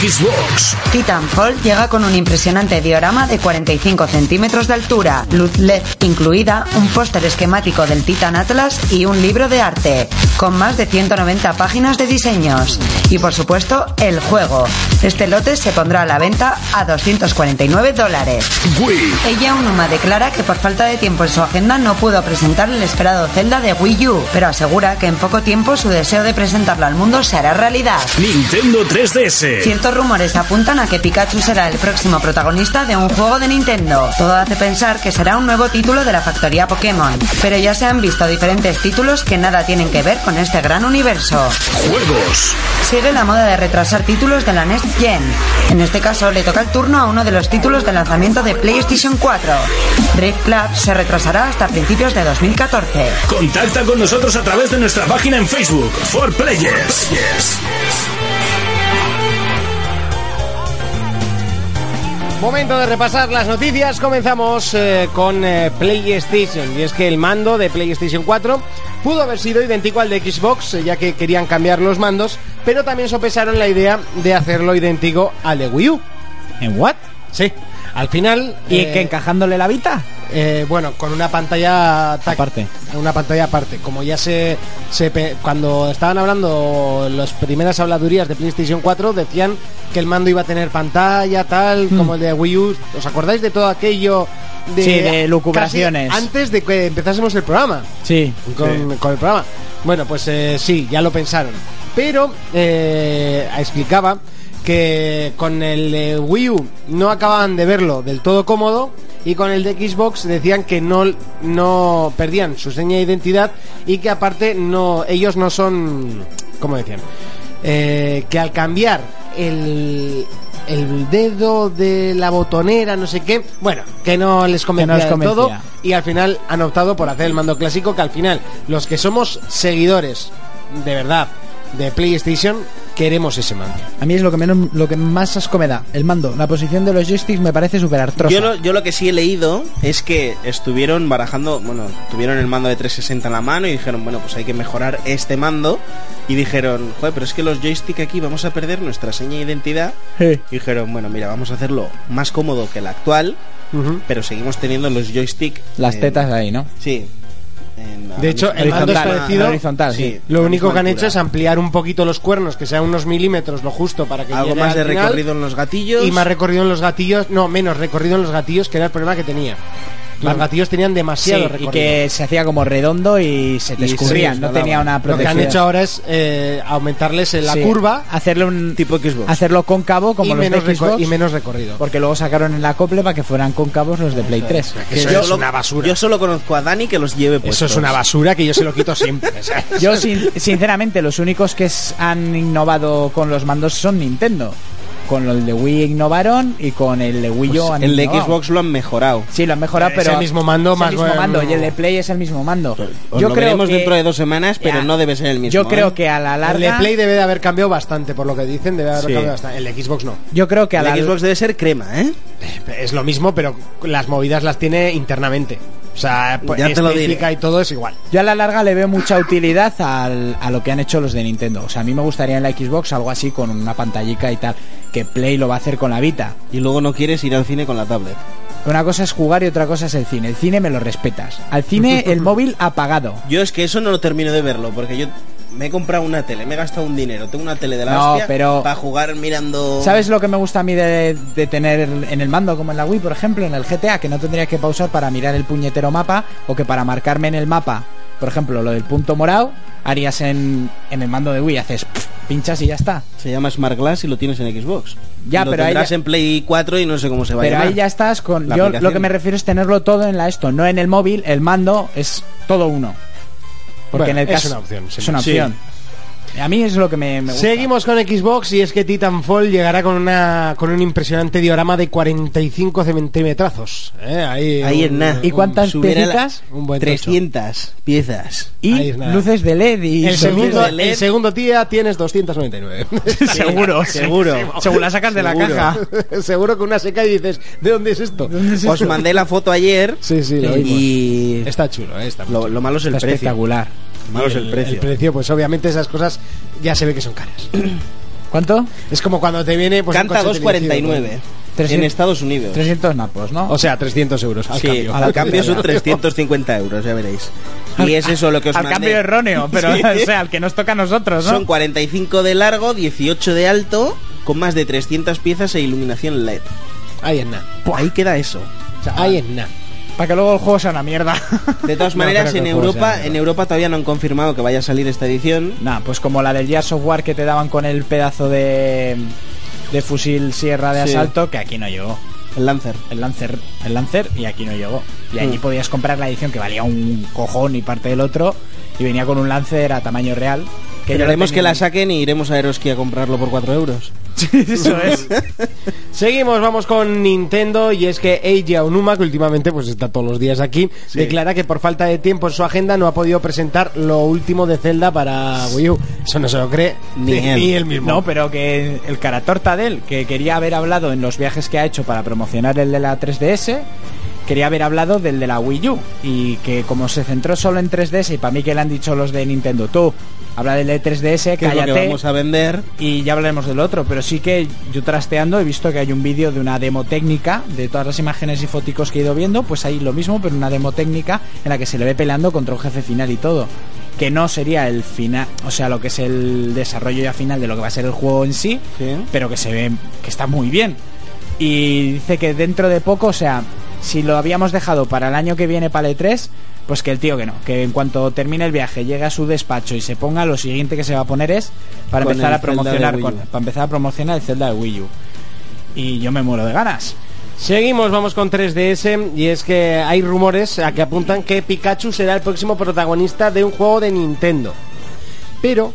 Xbox.
Titanfall llega con un impresionante diorama de 45 centímetros de altura, luz LED incluida, un póster esquemático del Titan Atlas y un libro de arte. con más de 190 páginas de diseños. Y por supuesto, el juego. Este lote se pondrá a la venta a 249 dólares.
Wii,
Ella Unuma declara que por falta de tiempo en su agenda no pudo presentar el esperado Zelda de Wii U, pero asegura que en poco tiempo su deseo de presentarlo al mundo se hará realidad.
Nintendo 3DS,
Ciertos rumores apuntan a que Pikachu será el próximo protagonista de un juego de Nintendo. Todo hace pensar que será un nuevo título de la factoría Pokémon, pero ya se han visto diferentes títulos que nada tienen que ver con este gran universo.
juegos,
Sigue la moda de retrasar títulos de la Next Gen. En este caso, le toca el turno a uno de los títulos de lanzamiento de PlayStation 4. Rift Club se retrasará hasta principios de 2014.
Contacta con nosotros a través de nuestra página en Facebook, For Players.
Momento de repasar las noticias. Comenzamos eh, con eh, PlayStation. Y es que el mando de PlayStation 4 pudo haber sido idéntico al de Xbox, eh, ya que querían cambiar los mandos, pero también sopesaron la idea de hacerlo idéntico al de Wii U.
¿En what?
Sí. Al final.
¿Y
eh,
que encajándole la vita?
eh, bueno, con una pantalla táctil.
Aparte.
Una pantalla aparte. Como ya se, se pe- cuando estaban hablando las primeras habladurías de PlayStation 4 decían que el mando iba a tener pantalla tal como el de Wii U. ¿Os acordáis de todo aquello de
Sí, de lucubraciones.
casi antes de que empezásemos el programa?
Sí.
con, con el programa. Bueno, pues eh, sí, ya lo pensaron. Pero eh, explicaba que con el eh, Wii U no acababan de verlo del todo cómodo y con el de Xbox decían que no, no perdían su seña de identidad y que aparte no ellos no son, ¿cómo decían? Eh, que al cambiar el, el dedo de la botonera, no sé qué, bueno, que no les convencía,
les
del todo
convencía.
y al final han optado por hacer el mando clásico que al final los que somos seguidores de verdad de PlayStation queremos ese mando.
A mí es lo que, menos, lo que más asco me da. El mando, la posición de los joysticks me parece súper artrosa.
Yo lo, yo lo que sí he leído es que estuvieron barajando, bueno, tuvieron el mando de 360 en la mano y dijeron, bueno, pues hay que mejorar este mando. Y dijeron, joder, pero es que los joystick aquí vamos a perder nuestra seña de identidad.
Sí.
Y dijeron, bueno, mira, vamos a hacerlo más cómodo que el actual, pero seguimos teniendo los joystick.
Las
en-
tetas ahí, ¿no?
Sí. en la
De hecho,
misma-
el mando es
horizontal,
parecido-
la
horizontal, sí.
Lo
la
único
misma
que han hecho
altura.
es ampliar un poquito los cuernos, que sean unos milímetros lo justo para que
algo
llegue
más
al
de
final,
recorrido en los gatillos.
y más recorrido en los gatillos, no, menos recorrido en los gatillos, que era el problema que tenía. Los gatillos tenían
Sí,
demasiado
y
recorrido.
que se hacía como redondo y se te
Y se
escurrían, no
desnudaba.
tenía una
lo que
protección.
han hecho ahora es eh, aumentarles eh, la
Sí,
curva
hacerle un
tipo Xbox.
hacerlo cóncavo como
y,
los
menos
de
reco-
Xbox,
y menos recorrido.
porque luego sacaron en la acople para que fueran cóncavos los de Play 3.
que eso
yo
es
solo-
una basura.
Yo solo conozco a Dani que los lleve puestos.
Eso es una basura que yo se lo quito siempre. [LAUGHS] o sea.
Yo sin- sinceramente los únicos que s- han innovado con los mandos son Nintendo. Con el de Wii innovaron y con el de Wii U
Pues
han
el de
innovado.
Xbox lo han mejorado.
Sí, lo han mejorado,
Es
pero
el mismo mando
es
más
el mismo
bueno.
mando y el de Play es el mismo mando.
Os Pues, lo veremos dentro de dos semanas, pero
Ya.
no debe ser el mismo.
Yo creo
¿eh?
que a la
El de
larga
Play debe de haber cambiado bastante, por lo que dicen, debe haber
Sí.
cambiado bastante. El de Xbox no.
yo creo que a
El
la
de Xbox debe ser crema, ¿eh?
Es lo mismo, pero las movidas las tiene internamente. O sea, pues,
Ya te lo
estética y todo es igual.
Yo a la larga le veo mucha utilidad al- a lo que han hecho los de Nintendo. O sea, a mí me gustaría en la Xbox algo así con una pantallica y tal, que Play lo va a hacer con la Vita.
Y luego no quieres ir al cine con la tablet.
Una cosa es jugar y otra cosa es el cine. El cine me lo respetas. Al cine
[LAUGHS]
el móvil apagado.
Yo es que eso no lo termino de verlo, porque yo me he comprado una tele, me he gastado un dinero, tengo una tele de la
No,
hostia
pero-
para jugar mirando...
¿Sabes lo que me gusta a mí de, de tener en el mando, como en la Wii, por ejemplo, en el GTA, que no tendría que pausar para mirar el puñetero mapa o que para marcarme en el mapa, por ejemplo, lo del punto morado, harías en, en el mando de Wii, haces pf, pinchas y ya está.
Se llama Smart Glass y lo tienes en Xbox.
Ya,
Lo
pero ahí
tendrás
ya-
en Play 4 y no sé cómo se va a
Pero
llamar.
ahí ya estás con.
La
Yo
aplicación.
lo que me refiero es tenerlo todo en la esto, no en el móvil, el mando es todo uno. Porque
Bueno,
en el
es
caso.
una opción, sí.
Es una
Sí.
opción. A mí es lo que me, me gusta.
Seguimos con Xbox y es que Titanfall llegará con una con un impresionante diorama de 45 centimetrazos. ¿eh? Ahí,
Ahí
un-
en nada.
¿Y cuántas
Subirá la-
piecitas?
Un buen tocho.
300
[LAUGHS]
piezas.
Y
Ahí es nada.
luces de LED y.
El segundo, E
sonido.
de LED.
el segundo día tienes
[LAUGHS]
299. [LAUGHS]
seguro,
seguro.
Según la sacas de la
Seguro.
caja.
Seguro que una seca y dices, ¿de dónde es esto?
Os mandé la foto ayer
Sí, sí, lo vimos.
y...
Está chulo, ¿eh? está muy
Lo, lo malo es el
Está
precio.
espectacular.
Lo malo es el precio.
El precio, pues obviamente esas cosas ya se ve que son caras.
¿Cuánto?
Es como cuando te viene pues un
Canta
coche
2.49.
teledirigido,
eh, en
300
Estados Unidos.
300 napos, ¿no?
O sea, 300 euros al
sí,
cambio.
al cambio
[LAUGHS]
son 350 euros, ya veréis. Y es eso lo que os
al
mandé.
cambio erróneo, pero [LAUGHS]
[LAUGHS] Sí.
o sea, al que nos toca a nosotros, ¿no?
Son 45 de largo, 18 de alto, con más de 300 piezas e iluminación LED.
Ahí es nada.
Ahí queda eso.
Ahí es nada.
Para que luego el juego sea una mierda.
[LAUGHS] De
[LAUGHS]
todas
No,
maneras,
creo que
en
el juego
Europa,
sea-
en Europa todavía no han confirmado que vaya a salir esta edición.
Nah, pues como la del Gears Software que te daban con el pedazo de, de fusil sierra de
Sí.
asalto, que aquí no llegó.
El Lancer.
El Lancer, el Lancer y aquí no llegó. Y allí
Mm.
podías comprar la edición que valía un cojón y parte del otro, y venía con un Lancer a tamaño real. Que yo
Pero
lo
haremos que
tenía-
la saquen y iremos a Eroski a comprarlo por 4 euros.
Sí, [LAUGHS] Eso es.
Seguimos, vamos con Nintendo y es que Eiji Aonuma, que últimamente pues está todos los días aquí, declara que por falta de tiempo en su agenda no ha podido presentar lo último de Zelda para Wii U. Eso no se lo cree
Ni él.
mismo.
No, pero que el Caratorta de él, que quería haber hablado en los viajes que ha hecho para promocionar el de la 3DS, quería haber hablado del de la Wii U. Y que como se centró solo en 3DS, y para mí que le han dicho los de Nintendo, tú, habla del de 3DS,
Que es lo que
cállate.
vamos a vender.
Y ya hablaremos del otro, pero sí que yo trasteando he visto que hay un vídeo de una demo técnica, de todas las imágenes y foticos que he ido viendo, pues hay lo mismo, pero una demo técnica en la que se le ve peleando contra un jefe final y todo. Que no sería el final, o sea, lo que es el desarrollo ya final de lo que va a ser el juego en sí,
Sí.
pero que se ve que está muy bien. Y dice que dentro de poco, o sea, si lo habíamos dejado para el año que viene para el E3, pues que el tío que no, que en cuanto termine el viaje, llegue a su despacho y se ponga, lo siguiente que se va a poner es para
Con
empezar
el
a
Zelda de
promocionar
Wii U.
con- para empezar a promocionar el Zelda de Wii U. Y yo me muero de ganas.
Seguimos, vamos con 3DS y es que hay rumores a que apuntan que Pikachu será el próximo protagonista de un juego de Nintendo. Pero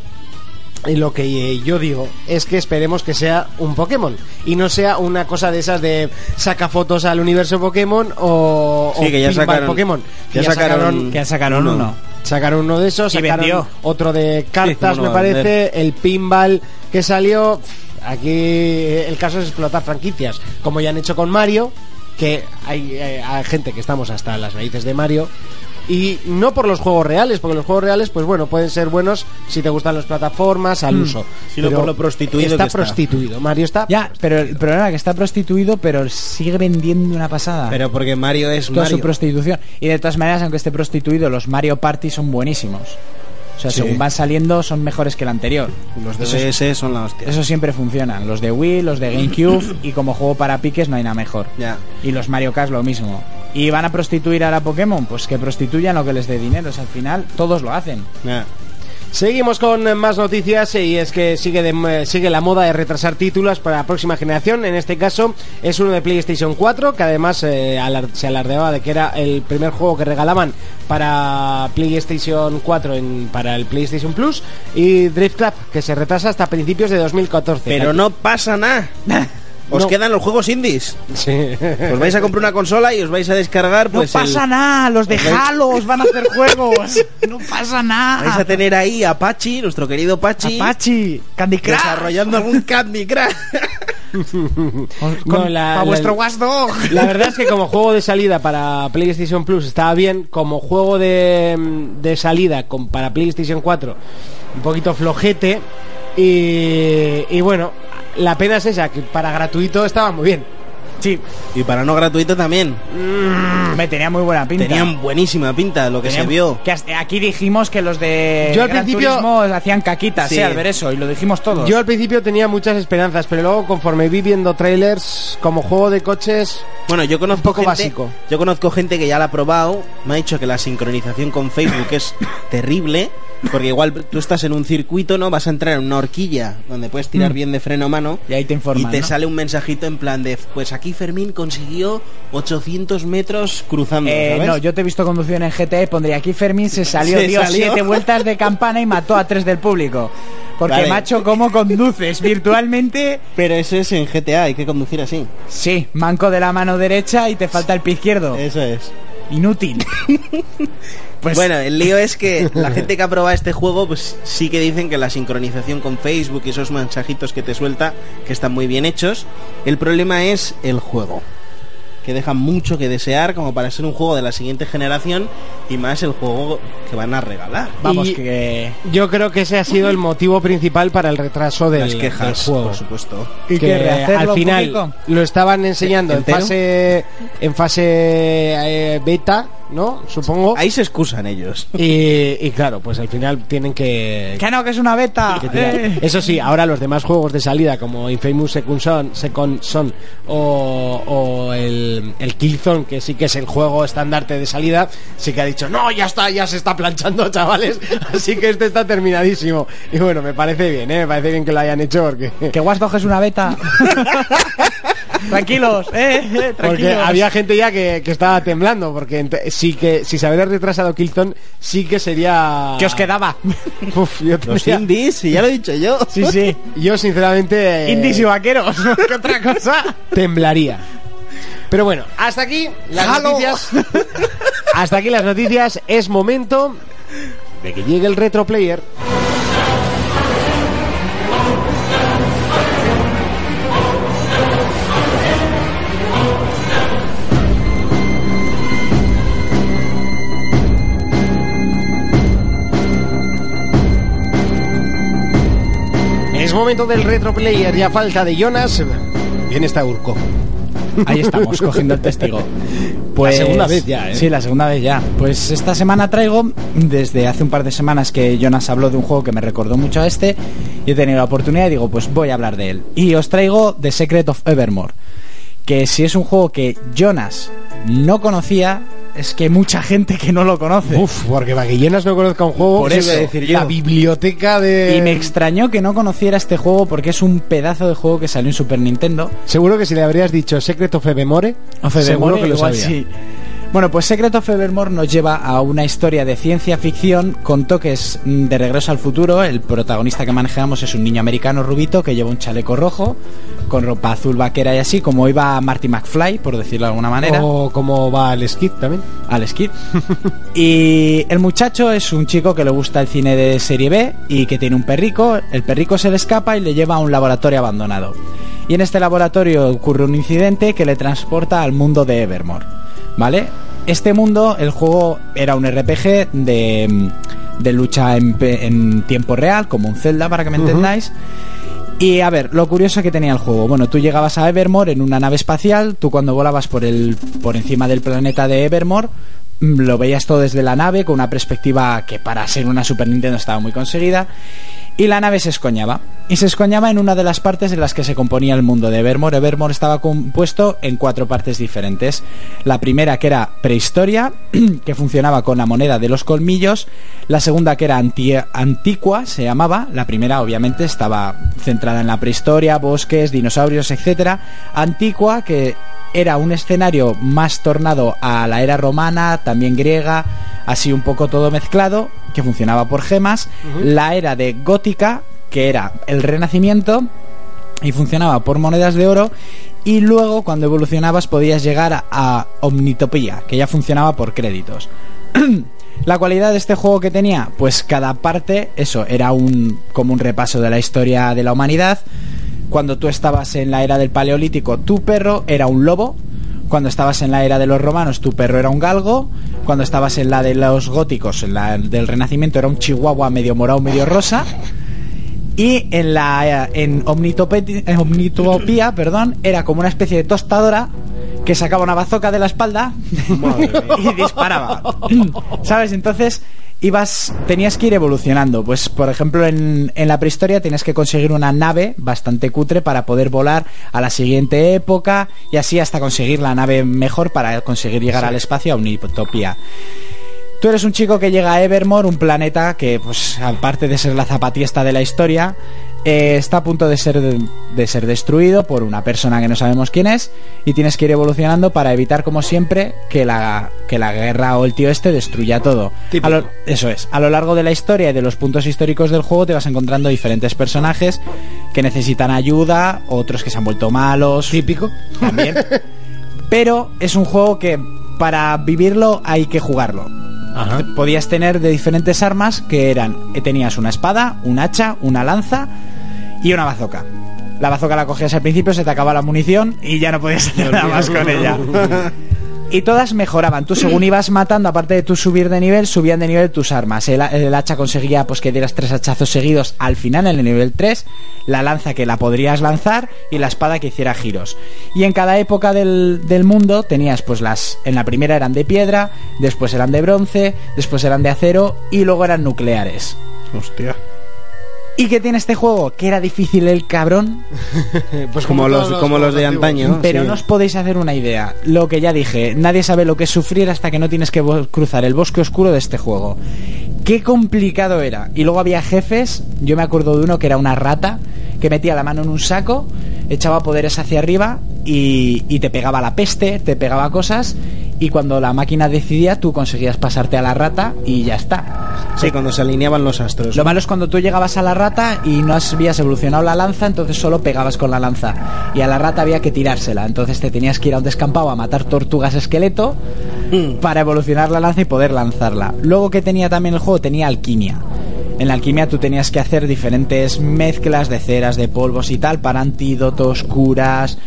eh, lo que eh, yo digo es que esperemos que sea un Pokémon y no sea una cosa de esas de saca fotos al universo Pokémon o,
Sí,
o
que ya
pinba al
sacaron-
Pokémon.
ya sacaron-
Que ya sacaron
Uno.
uno.
Sacaron uno de esos,
Y
sacaron
vendió.
otro de
¿cómo
cartas,
no
me
va a vender?
parece, el pinball que salió. Aquí el caso es explotar franquicias, como ya han hecho con Mario, que hay, eh, hay gente que estamos hasta las raíces de Mario. Y no por los juegos reales, porque los juegos reales, pues bueno, pueden ser buenos si te gustan las plataformas al uso.
Sino
Pero
Mm. por lo prostituido
Está
que está.
prostituido. Mario está.
Ya, pero el problema es que está prostituido, pero sigue vendiendo una pasada.
Pero porque Mario es
toda su
Mario.
prostitución. Y de todas maneras, aunque esté prostituido, los Mario Party son buenísimos. O sea,
Sí.
según van saliendo, son mejores que el anterior.
Los DS son la hostia.
Eso siempre funcionan. Los de Wii, los de GameCube y como juego para piques no hay nada mejor.
Ya.
Y los Mario Kart lo mismo. ¿Y van a prostituir ahora a Pokémon? Pues que prostituyan lo que les dé dinero. O sea, al final todos lo hacen. [LAUGHS]
ya.
Seguimos con eh, más noticias eh, y es que sigue, de, eh, sigue la moda de retrasar títulos para la próxima generación. En este caso es uno de PlayStation 4 que además eh, alar- se alardeaba de que era el primer juego que regalaban para PlayStation 4 en- para el PlayStation Plus y Drift Club que se retrasa hasta principios de 2014.
Pero no pasa nada. Os
No.
quedan los juegos indies.
[LAUGHS] Sí.
Os vais a comprar una consola y os vais a descargar pues
no
el-
pasa nada, los de
el-
Halo os van a
[LAUGHS]
hacer juegos. no pasa
Vais
nada.
a tener ahí a Pachi, nuestro querido Pachi,
Apache, Candy Crush.
desarrollando algún
[LAUGHS]
Candy Crush.
No, la-
para
la-
vuestro Watch
[LAUGHS]
Dog.
La verdad es que como juego de salida para PlayStation Plus estaba bien, como juego de, mm, de salida con, para PlayStation 4 un poquito flojete y, y bueno, la pena es esa, que para gratuito estaba muy bien.
Sí,
y para no gratuito también.
me tenía muy buena pinta.
Tenían buenísima pinta lo que
Tenían-
se vio.
que hasta- aquí dijimos que los de
Yo al
Gran
principio-
Turismo hacían caquitas,
Sí.
eh, al ver eso, y lo dijimos todos.
Yo al principio tenía muchas esperanzas, pero luego conforme vi viendo trailers como juego de coches,
Bueno, yo conozco
poco
gente,
básico.
Yo conozco gente que ya la ha probado, me ha dicho que la sincronización con Facebook
[COUGHS]
es terrible, porque igual tú estás en un circuito, ¿no? Vas a entrar en una horquilla donde puedes tirar
Mm.
bien de freno a mano.
Y ahí te informan,
Y te
¿no?
sale un mensajito en plan de, pues aquí Fermín consiguió 800 metros cruzando.
Eh,
¿sabes?
no, yo te he visto conducir en GTA y pondría aquí Fermín se salió,
Se
dio
salió.
siete vueltas de campana y mató a tres del público. Porque,
Vale.
macho, ¿cómo conduces virtualmente?
Pero eso es en GTA, hay que conducir así.
Sí, manco de la mano derecha y te falta el pie izquierdo.
Eso es.
Inútil. Pues
Bueno, el lío es [LAUGHS] que la gente que ha probado este juego, pues sí que dicen que la sincronización con Facebook y esos mensajitos que te suelta, que están muy bien hechos. El problema es el juego. que dejan mucho que desear como para ser un juego de la siguiente generación y más el juego que van a regalar.
Vamos,
Y-
que.
Yo creo que ese ha sido el motivo principal para el retraso del,
Las
del
quejas,
juego.
por supuesto.
¿Y
que,
que rehacerlo
al final
público?
lo estaban enseñando en
¿Entero?
fase en fase eh, beta, ¿no? Supongo.
Ahí se excusan ellos.
Y, y claro, pues al final tienen que,
Que no, que es una beta.
que tirar.
eh.
Eso sí, ahora los demás juegos de salida como Infamous Second Son, Second Son o, o el, el Killzone, que sí que es el juego estandarte de salida, sí que ha dicho, no, ya está, ya se está planchando, [LAUGHS] chavales, así que este está terminadísimo. Y bueno, me parece bien, ¿eh? me parece bien que lo hayan hecho porque...
Que Watchdog es una beta. tranquilos, eh, eh, tranquilos.
Porque había gente ya que, que estaba temblando, porque ent- sí que si se hubiera retrasado Killzone, sí que sería...
Que os quedaba.
Uf, yo
Los
tendría-
indies, y ya lo he dicho yo.
Sí, sí.
Yo sinceramente... eh,
Indies y vaqueros. [LAUGHS] ¿Qué otra cosa?
temblaría. Pero bueno, hasta aquí las
¡Jalo!
noticias. Hasta aquí las noticias. Es momento de que llegue el retro player. Es momento del retro player y a falta de Jonas, bien está Urco.
Ahí estamos, cogiendo el testigo. Pues
La segunda vez ya, ¿eh?
Sí, la segunda vez ya. Pues esta semana traigo, desde hace un par de semanas que Jonas habló de un juego que me recordó mucho a este, y he tenido la oportunidad y digo, pues voy a hablar de él. Y os traigo The Secret of Evermore, que si es un juego que Jonas no conocía, es que mucha gente que no lo conoce.
Uf, porque para que Jonas no conozca un juego,
Por
sí,
eso.
iba a decir la
yo.
biblioteca de...
Y me extrañó que no conociera este juego porque es un pedazo de juego que salió en Super Nintendo.
Seguro que si le habrías dicho Secret of Evermore,
O Fevermore,
seguro que lo
igual
sabía.
sí. Bueno, pues Secret of Evermore nos lleva a una historia de ciencia ficción con toques mm, de regreso al futuro. El protagonista que manejamos es un niño americano rubito que lleva un chaleco rojo con ropa azul vaquera y así, como iba Marty McFly, por decirlo de alguna manera
O como va el skit también.
al esquí. y el muchacho es un chico que le gusta el cine de serie B y que tiene un perrico. El perrico se le escapa y le lleva a un laboratorio abandonado. Y en este laboratorio ocurre un incidente que le transporta al mundo de Evermore. ¿Vale? Este mundo, el juego era un RPG de, de lucha en, pe- en tiempo real, como un Zelda, para que me entendáis. Y a ver, lo curioso que tenía el juego. Bueno, tú llegabas a Evermore en una nave espacial, tú cuando volabas por el por encima del planeta de Evermore, mm, lo veías todo desde la nave con una perspectiva que para ser una Super Nintendo estaba muy conseguida y la nave se escoñaba. Y se escoñaba en una de las partes en las que se componía el mundo de Evermore. Evermore estaba compuesto en cuatro partes diferentes. La primera que era prehistoria, [CLEARS THROAT] que funcionaba con la moneda de los colmillos. La segunda que era anti- antigua, se llamaba. La primera obviamente estaba centrada en la prehistoria, bosques, dinosaurios, etc. Antigua, que era un escenario más tornado a la era romana, también griega, así un poco todo mezclado, que funcionaba por gemas, la era de gótica, que era el renacimiento, y funcionaba por monedas de oro, y luego cuando evolucionabas podías llegar a, a omnitopía, que ya funcionaba por créditos. [CLEARS THROAT] La cualidad de este juego que tenía, pues cada parte, eso, era un como un repaso de la historia de la humanidad. Cuando tú estabas en la era del Paleolítico, tu perro era un lobo. Cuando estabas en la era de los romanos, tu perro era un galgo. Cuando estabas en la de los góticos, en la del Renacimiento, era un chihuahua medio morado, medio rosa. Y en la en Omnitope- en Omnitopía, [LAUGHS] perdón, era como una especie de tostadora que sacaba una bazoca de la espalda [LAUGHS] y disparaba. [CLEARS THROAT] ¿Sabes? Entonces ibas tenías que ir evolucionando. Pues por ejemplo, en, en la prehistoria tenías que conseguir una nave bastante cutre para poder volar a la siguiente época y así hasta conseguir la nave mejor para conseguir llegar al espacio a Omnitopía. Tú eres un chico que llega a Evermore, un planeta que, pues, aparte de ser la zapatiesta de la historia, eh, está a punto de ser, de ser destruido por una persona que no sabemos quién es, y tienes que ir evolucionando para evitar, como siempre, que la, que la guerra o el tío este destruya todo.
Típico.
A lo- eso es. A lo largo de la historia y de los puntos históricos del juego te vas encontrando diferentes personajes que necesitan ayuda, otros que se han vuelto malos. Típico. También. Pero es un juego que para vivirlo hay que jugarlo podías tener de diferentes eh, armas que eran tenías una espada, un hacha, una lanza y una bazoca. La bazooka la cogías al principio, se te acababa la munición y ya no podías [LAUGHS] hacer nada más con ella. Y todas mejoraban. Tú según ibas matando, aparte de tu subir de nivel, subían de nivel tus armas. El, el hacha conseguía pues que dieras tres hachazos seguidos al final en el nivel 3, la lanza que la podrías lanzar y la espada que hiciera giros. Y en cada época del, del mundo tenías pues las... En la primera eran de piedra, después eran de bronce, después eran de acero y luego eran nucleares.
Hostia.
¿Y qué tiene este juego? Que era difícil el cabrón,
Pues
Eh, como
como, los,
todos los
como los de
juegos antiguos.
antaño.
pero
sí.
no os podéis hacer una idea. Lo que ya dije, nadie sabe lo que es sufrir hasta que no tienes que vo- cruzar el bosque oscuro de este juego. Qué complicado era. Y luego había jefes, yo me acuerdo de uno que era una rata, que metía la mano en un saco, echaba poderes hacia arriba y, y te pegaba la peste, te pegaba cosas, y cuando la máquina decidía tú conseguías pasarte a la rata y ya está.
Sí, cuando se alineaban los astros.
Lo malo es cuando tú llegabas a la rata y no habías evolucionado la lanza, entonces solo pegabas con la lanza. Y a la rata había que tirársela, entonces te tenías que ir a un descampado a matar tortugas esqueleto
Mm,
para evolucionar la lanza y poder lanzarla. Luego que tenía también el juego, tenía alquimia. En la alquimia tú tenías que hacer diferentes mezclas de ceras, de polvos y tal, para antídotos, curas,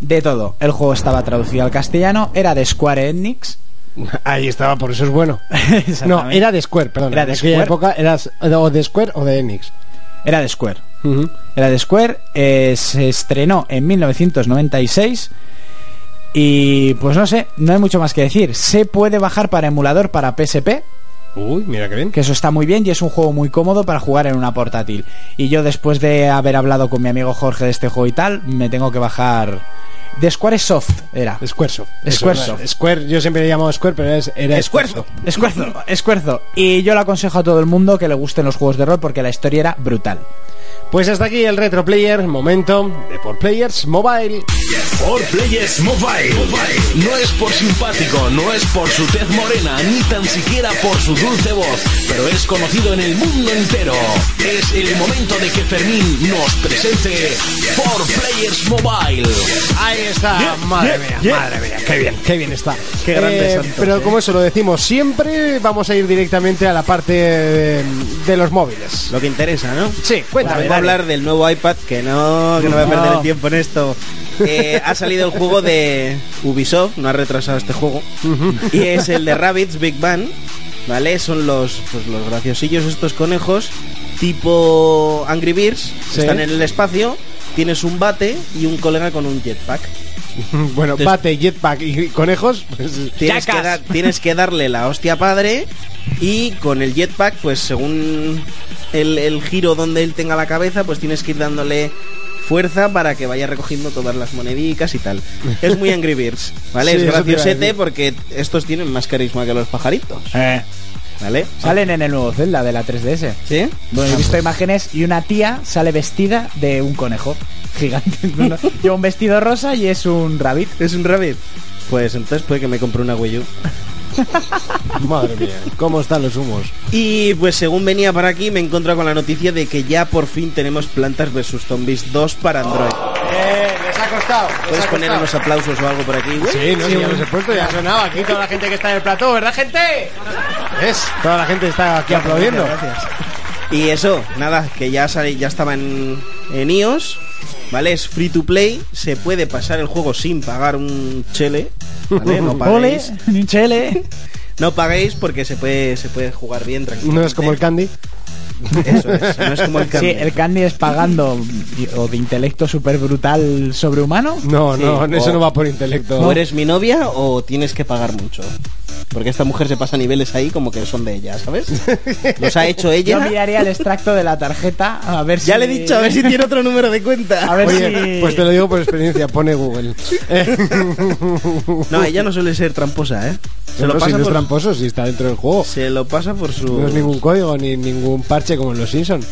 de todo. El juego estaba traducido al castellano, era de Square Enix. [LAUGHS]
Ahí estaba, por eso es bueno. No,
Exactamente.
era de Square, perdón.
Era de
en aquella
Square.
época eras o de Square o de Enix.
Era de Square. Era de Square, eh, se estrenó en 1996 y pues no sé, no hay mucho más que decir. Se puede bajar para emulador para PSP,
Uy, mira qué bien.
que eso está muy bien y es un juego muy cómodo para jugar en una portátil. Y yo después de haber hablado con mi amigo Jorge de este juego y tal, me tengo que bajar de Square Soft era.
Squaresoft.
Squaresoft.
Eso, Square, yo siempre le llamaba Square, pero era, era
Esfuerzo,
Squaresoft.
esfuerzo, esfuerzo. Y yo le aconsejo a todo el mundo que le gusten los juegos de rol porque la historia era brutal.
Pues hasta aquí el Retro Player, momento de por Players Mobile.
For Players Mobile.
No es por simpático, no es por su tez morena, ni tan siquiera por su dulce voz, pero es conocido en el mundo entero. Es el momento de que Fermín nos presente For Players Mobile.
Ahí está, madre mía, madre mía, qué bien, qué bien está.
Qué grande Santos,
Pero
eh.
como eso lo decimos siempre, vamos a ir directamente a la parte de, de los móviles.
Lo que interesa, ¿no?
Sí,
Bueno,
cuéntame.
vengo a hablar del nuevo iPad, que no, que no voy a perder el tiempo en esto. Eh, ha salido el juego de Ubisoft, no ha retrasado este juego. Y es el de Rabbits Big Bang, ¿vale? Son los, pues, los graciosillos estos conejos, tipo Angry Birds,
Sí.
están en el espacio, tienes un bate y un colega con un jetpack.
[LAUGHS] Bueno, bate, jetpack y conejos. pues, [LAUGHS]
Tienes que, dar- tienes que darle la hostia padre y con el jetpack, pues según el, el giro donde él tenga la cabeza, pues tienes que ir dándole fuerza para que vaya recogiendo todas las monedicas
[LAUGHS]
y tal. Es muy Angry Birds, ¿vale?
Sí,
es
eso te iba a
graciosete
decir.
porque estos tienen más carisma que los pajaritos, ¿vale?
Salen en el nuevo Zelda de la 3DS.
¿Sí?
Bueno, he visto imágenes y una tía sale vestida de un conejo [LAUGHS] gigante. Uno- Lleva un vestido rosa y es un rabbit.
¿Es un rabbit? Pues entonces puede que me compre una Wii U.
Madre mía, cómo están los humos.
Y pues según venía para aquí me encontrado con la noticia de que ya por fin tenemos Plantas vs Zombies 2 para Android.
Eh, les ha costado.
¿Puedes poner unos aplausos o algo por aquí? güey?
Sí, no, sí, ya los he puesto, ya sonaba aquí toda la gente que está en el plató, ¿verdad, gente? ¿Ves? Toda la gente está aquí aplaudiendo.
Y eso, nada, que ya sale, ya estaba en, en iOS, ¿vale? Es free to play, se puede pasar el juego sin pagar un chele,
[LAUGHS]
¿vale? No
Ole,
paguéis,
chele.
no paguéis porque se puede, se puede jugar bien tranquilo.
No es como el candy.
Eso es, no es
[LAUGHS]
como el
Sí,
Candy.
el candy es pagando o de intelecto súper brutal sobrehumano.
No,
Sí,
no, no, eso
o-
Oh. no va por intelecto.
O eres mi novia o tienes que pagar mucho. Porque esta mujer se pasa niveles ahí como que son de
[LAUGHS]
ella, ¿sabes? Los ha hecho
Yo
ella.
miraría el extracto de la tarjeta a ver si.
Ya le he dicho, a ver si tiene otro número de cuenta.
A ver
Oye,
si.
pues te lo digo por experiencia, pone Google. Eh,
No, ella no suele ser tramposa, ¿eh? Se
no,
lo
si
pasa
no es
por,
tramposo, si está dentro del juego.
se lo pasa por su...
No es
[LAUGHS]
ningún código ni ningún parche como en los Simpsons.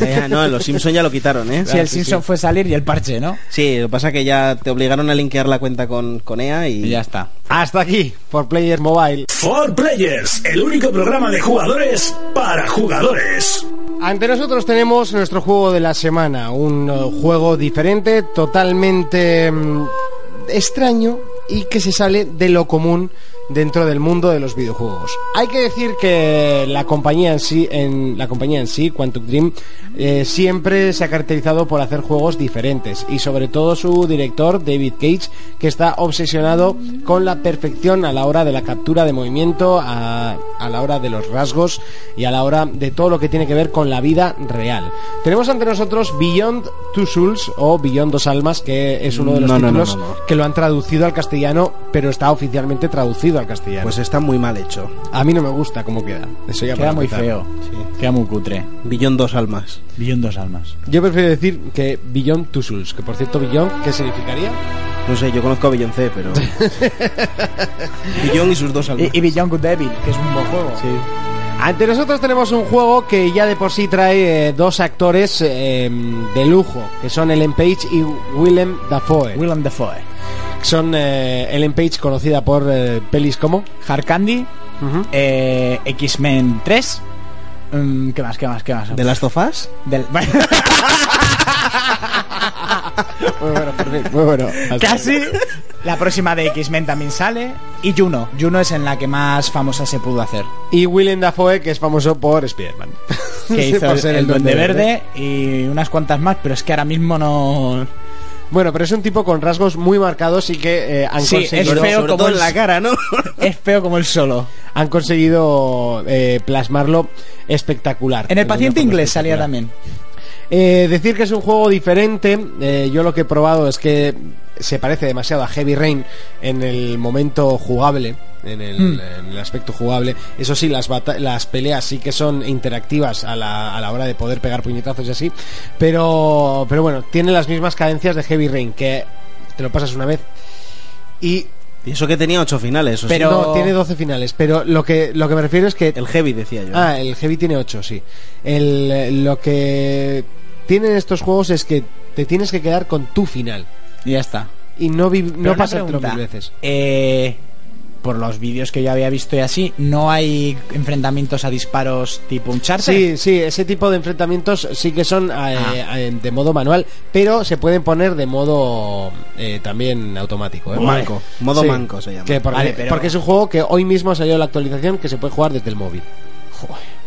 Ya, ya, no, los Simpson ya lo quitaron, ¿eh?
Si el
sí,
Simpson fue salir y el parche, ¿no?
Sí, lo que pasa es que ya te obligaron a linkear la cuenta con, con EA y...
Y ya está.
Hasta aquí, por Players Mobile.
For Players, el único programa de jugadores para jugadores.
Ante nosotros tenemos nuestro juego de la semana, un eh, juego diferente, totalmente mm, extraño y que se sale de lo común dentro del mundo de los videojuegos. Hay que decir que la compañía en sí, en la compañía en sí, Quantum Dream, eh, siempre se ha caracterizado por hacer juegos diferentes y sobre todo su director David Cage, que está obsesionado con la perfección a la hora de la captura de movimiento, a, a la hora de los rasgos y a la hora de todo lo que tiene que ver con la vida real. Tenemos ante nosotros Beyond Two Souls o Beyond Dos Almas, que es uno de los
No, no, no,
títulos
no, no.
que lo han traducido al castellano, pero está oficialmente traducido al castellano.
Pues está muy mal hecho.
a mí no me gusta cómo queda. Eso ya
Queda
para
muy
empezar.
feo. Queda muy cutre.
Billón dos almas.
Billón dos almas.
Yo prefiero decir que Beyond Two Souls, que por cierto, Beyond, ¿qué significaría?
No sé, yo conozco a Billón C,
[LAUGHS]
pero. Billón y sus dos almas.
Y, y Beyond Good Devil, que es un buen juego.
Sí.
Ante nosotros tenemos un juego que ya de por sí trae eh, dos actores eh, de lujo, que son Ellen Page y Willem Dafoe.
Willem Dafoe.
Son eh, Ellen Page conocida por eh, pelis como...
Hard Candy, eh, X-Men 3. mm, ¿Qué más? ¿Qué más? ¿Qué más?
¿De las tofás?
Del- [LAUGHS]
Muy bueno, por fin, muy bueno.
[LAUGHS] Casi. La próxima de X-Men también sale. Y Juno. Juno es en la que más famosa se pudo hacer.
Y Willem Dafoe, que es famoso por
[LAUGHS]
Spider-Man.
Que hizo
Por
el,
ser
Duende Verde y unas cuantas más, pero es que ahora mismo no.
Bueno, pero es un tipo con rasgos muy marcados y que eh, han
Sí, es
conseguido,
feo
sobre
como
todo
el-
en la cara, ¿no? [LAUGHS]
Es feo como el [LAUGHS] solo.
han conseguido eh, plasmarlo espectacular.
En el
De
paciente
una forma
inglés salía
espectacular.
también.
Eh, decir que es un juego diferente, eh, yo lo que he probado es que se parece demasiado a Heavy Rain en el momento jugable. En el, en el aspecto jugable. Eso sí, las, bata- las peleas sí que son interactivas a la, a la hora de poder pegar puñetazos y así. Pero, pero bueno, tiene las mismas cadencias de Heavy Rain, que te lo pasas una vez y
Y eso que tenía ocho finales. o sea,
Pero-
no, tiene 12 finales, pero lo que, lo que me refiero es que...
El heavy, decía yo.
Ah, el Heavy tiene 8, sí. El, eh, lo que tienen estos juegos es que te tienes que quedar con tu final
Y ya está.
y no, vi-
Pero
no
una
pasártelo
pregunta,
mil veces.
eh, por los vídeos que yo había visto y así, ¿no hay enfrentamientos a disparos tipo un charter?
Sí, sí, ese tipo de enfrentamientos sí que son eh,
Ah.
eh, de modo manual, pero se pueden poner de modo eh, también automático. ¿eh?
Manco. Modo
Sí.
manco se llama.
Que porque,
Vale, pero-
porque es un juego que hoy mismo salió la actualización que se puede jugar desde el móvil.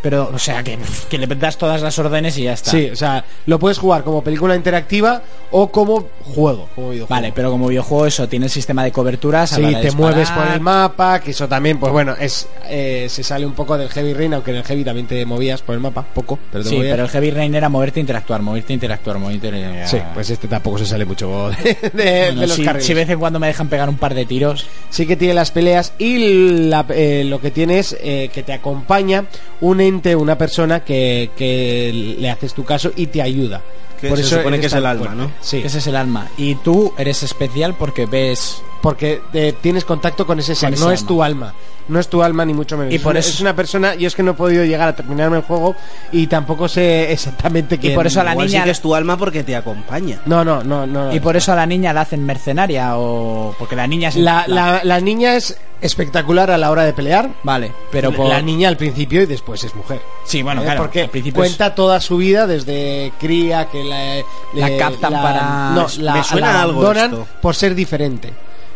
Pero, o sea, que, que le das todas las órdenes y ya está.
Sí, o sea, lo puedes jugar como película interactiva o como juego, como videojuego.
Vale, pero como videojuego eso, tiene el sistema de coberturas.
Sí, te mueves por el mapa, que eso también, pues bueno, es eh, se sale un poco del Heavy Rain, aunque en el Heavy también te movías por el mapa, poco, pero te
Sí,
movías.
pero el Heavy Rain era moverte, e interactuar, moverte, interactuar, moverte. e interactuar.
Sí, pues este tampoco se sale mucho [LAUGHS] de, de-
Bueno,
de los
si,
carriles.
si de vez en cuando me dejan pegar un par de tiros.
Sí que tiene las peleas y la- eh, lo que tiene es eh, que te acompaña un ente, una persona que, que le haces tu caso y te ayuda.
Que se supone
eres
que es el
tan
alma, ¿no?
Sí,
Ese es el alma. Y tú eres especial porque ves.
porque eh, tienes contacto con ese ser,
ese
no es
alma.
tu alma. No es tu alma ni mucho menos.
Y
Es
por
una-
eso-
es una persona, yo es que no he podido llegar a terminarme el juego y tampoco sé exactamente quién.
por eso a la
Igual
niña-
sí que es tu alma porque te acompaña.
No, no, no, no.
Y por eso a la niña la hacen mercenaria o. Porque la niña es.
la, la- la niña es espectacular a la hora de pelear.
Vale, pero por.
La niña al principio y después es mujer.
Sí, bueno,
¿eh?
claro.
Porque
al principio es-
cuenta toda su vida desde cría que la,
La
eh,
captan para-
No,
Me
la,
suena
la
algo
abandonan
esto.
por ser diferente.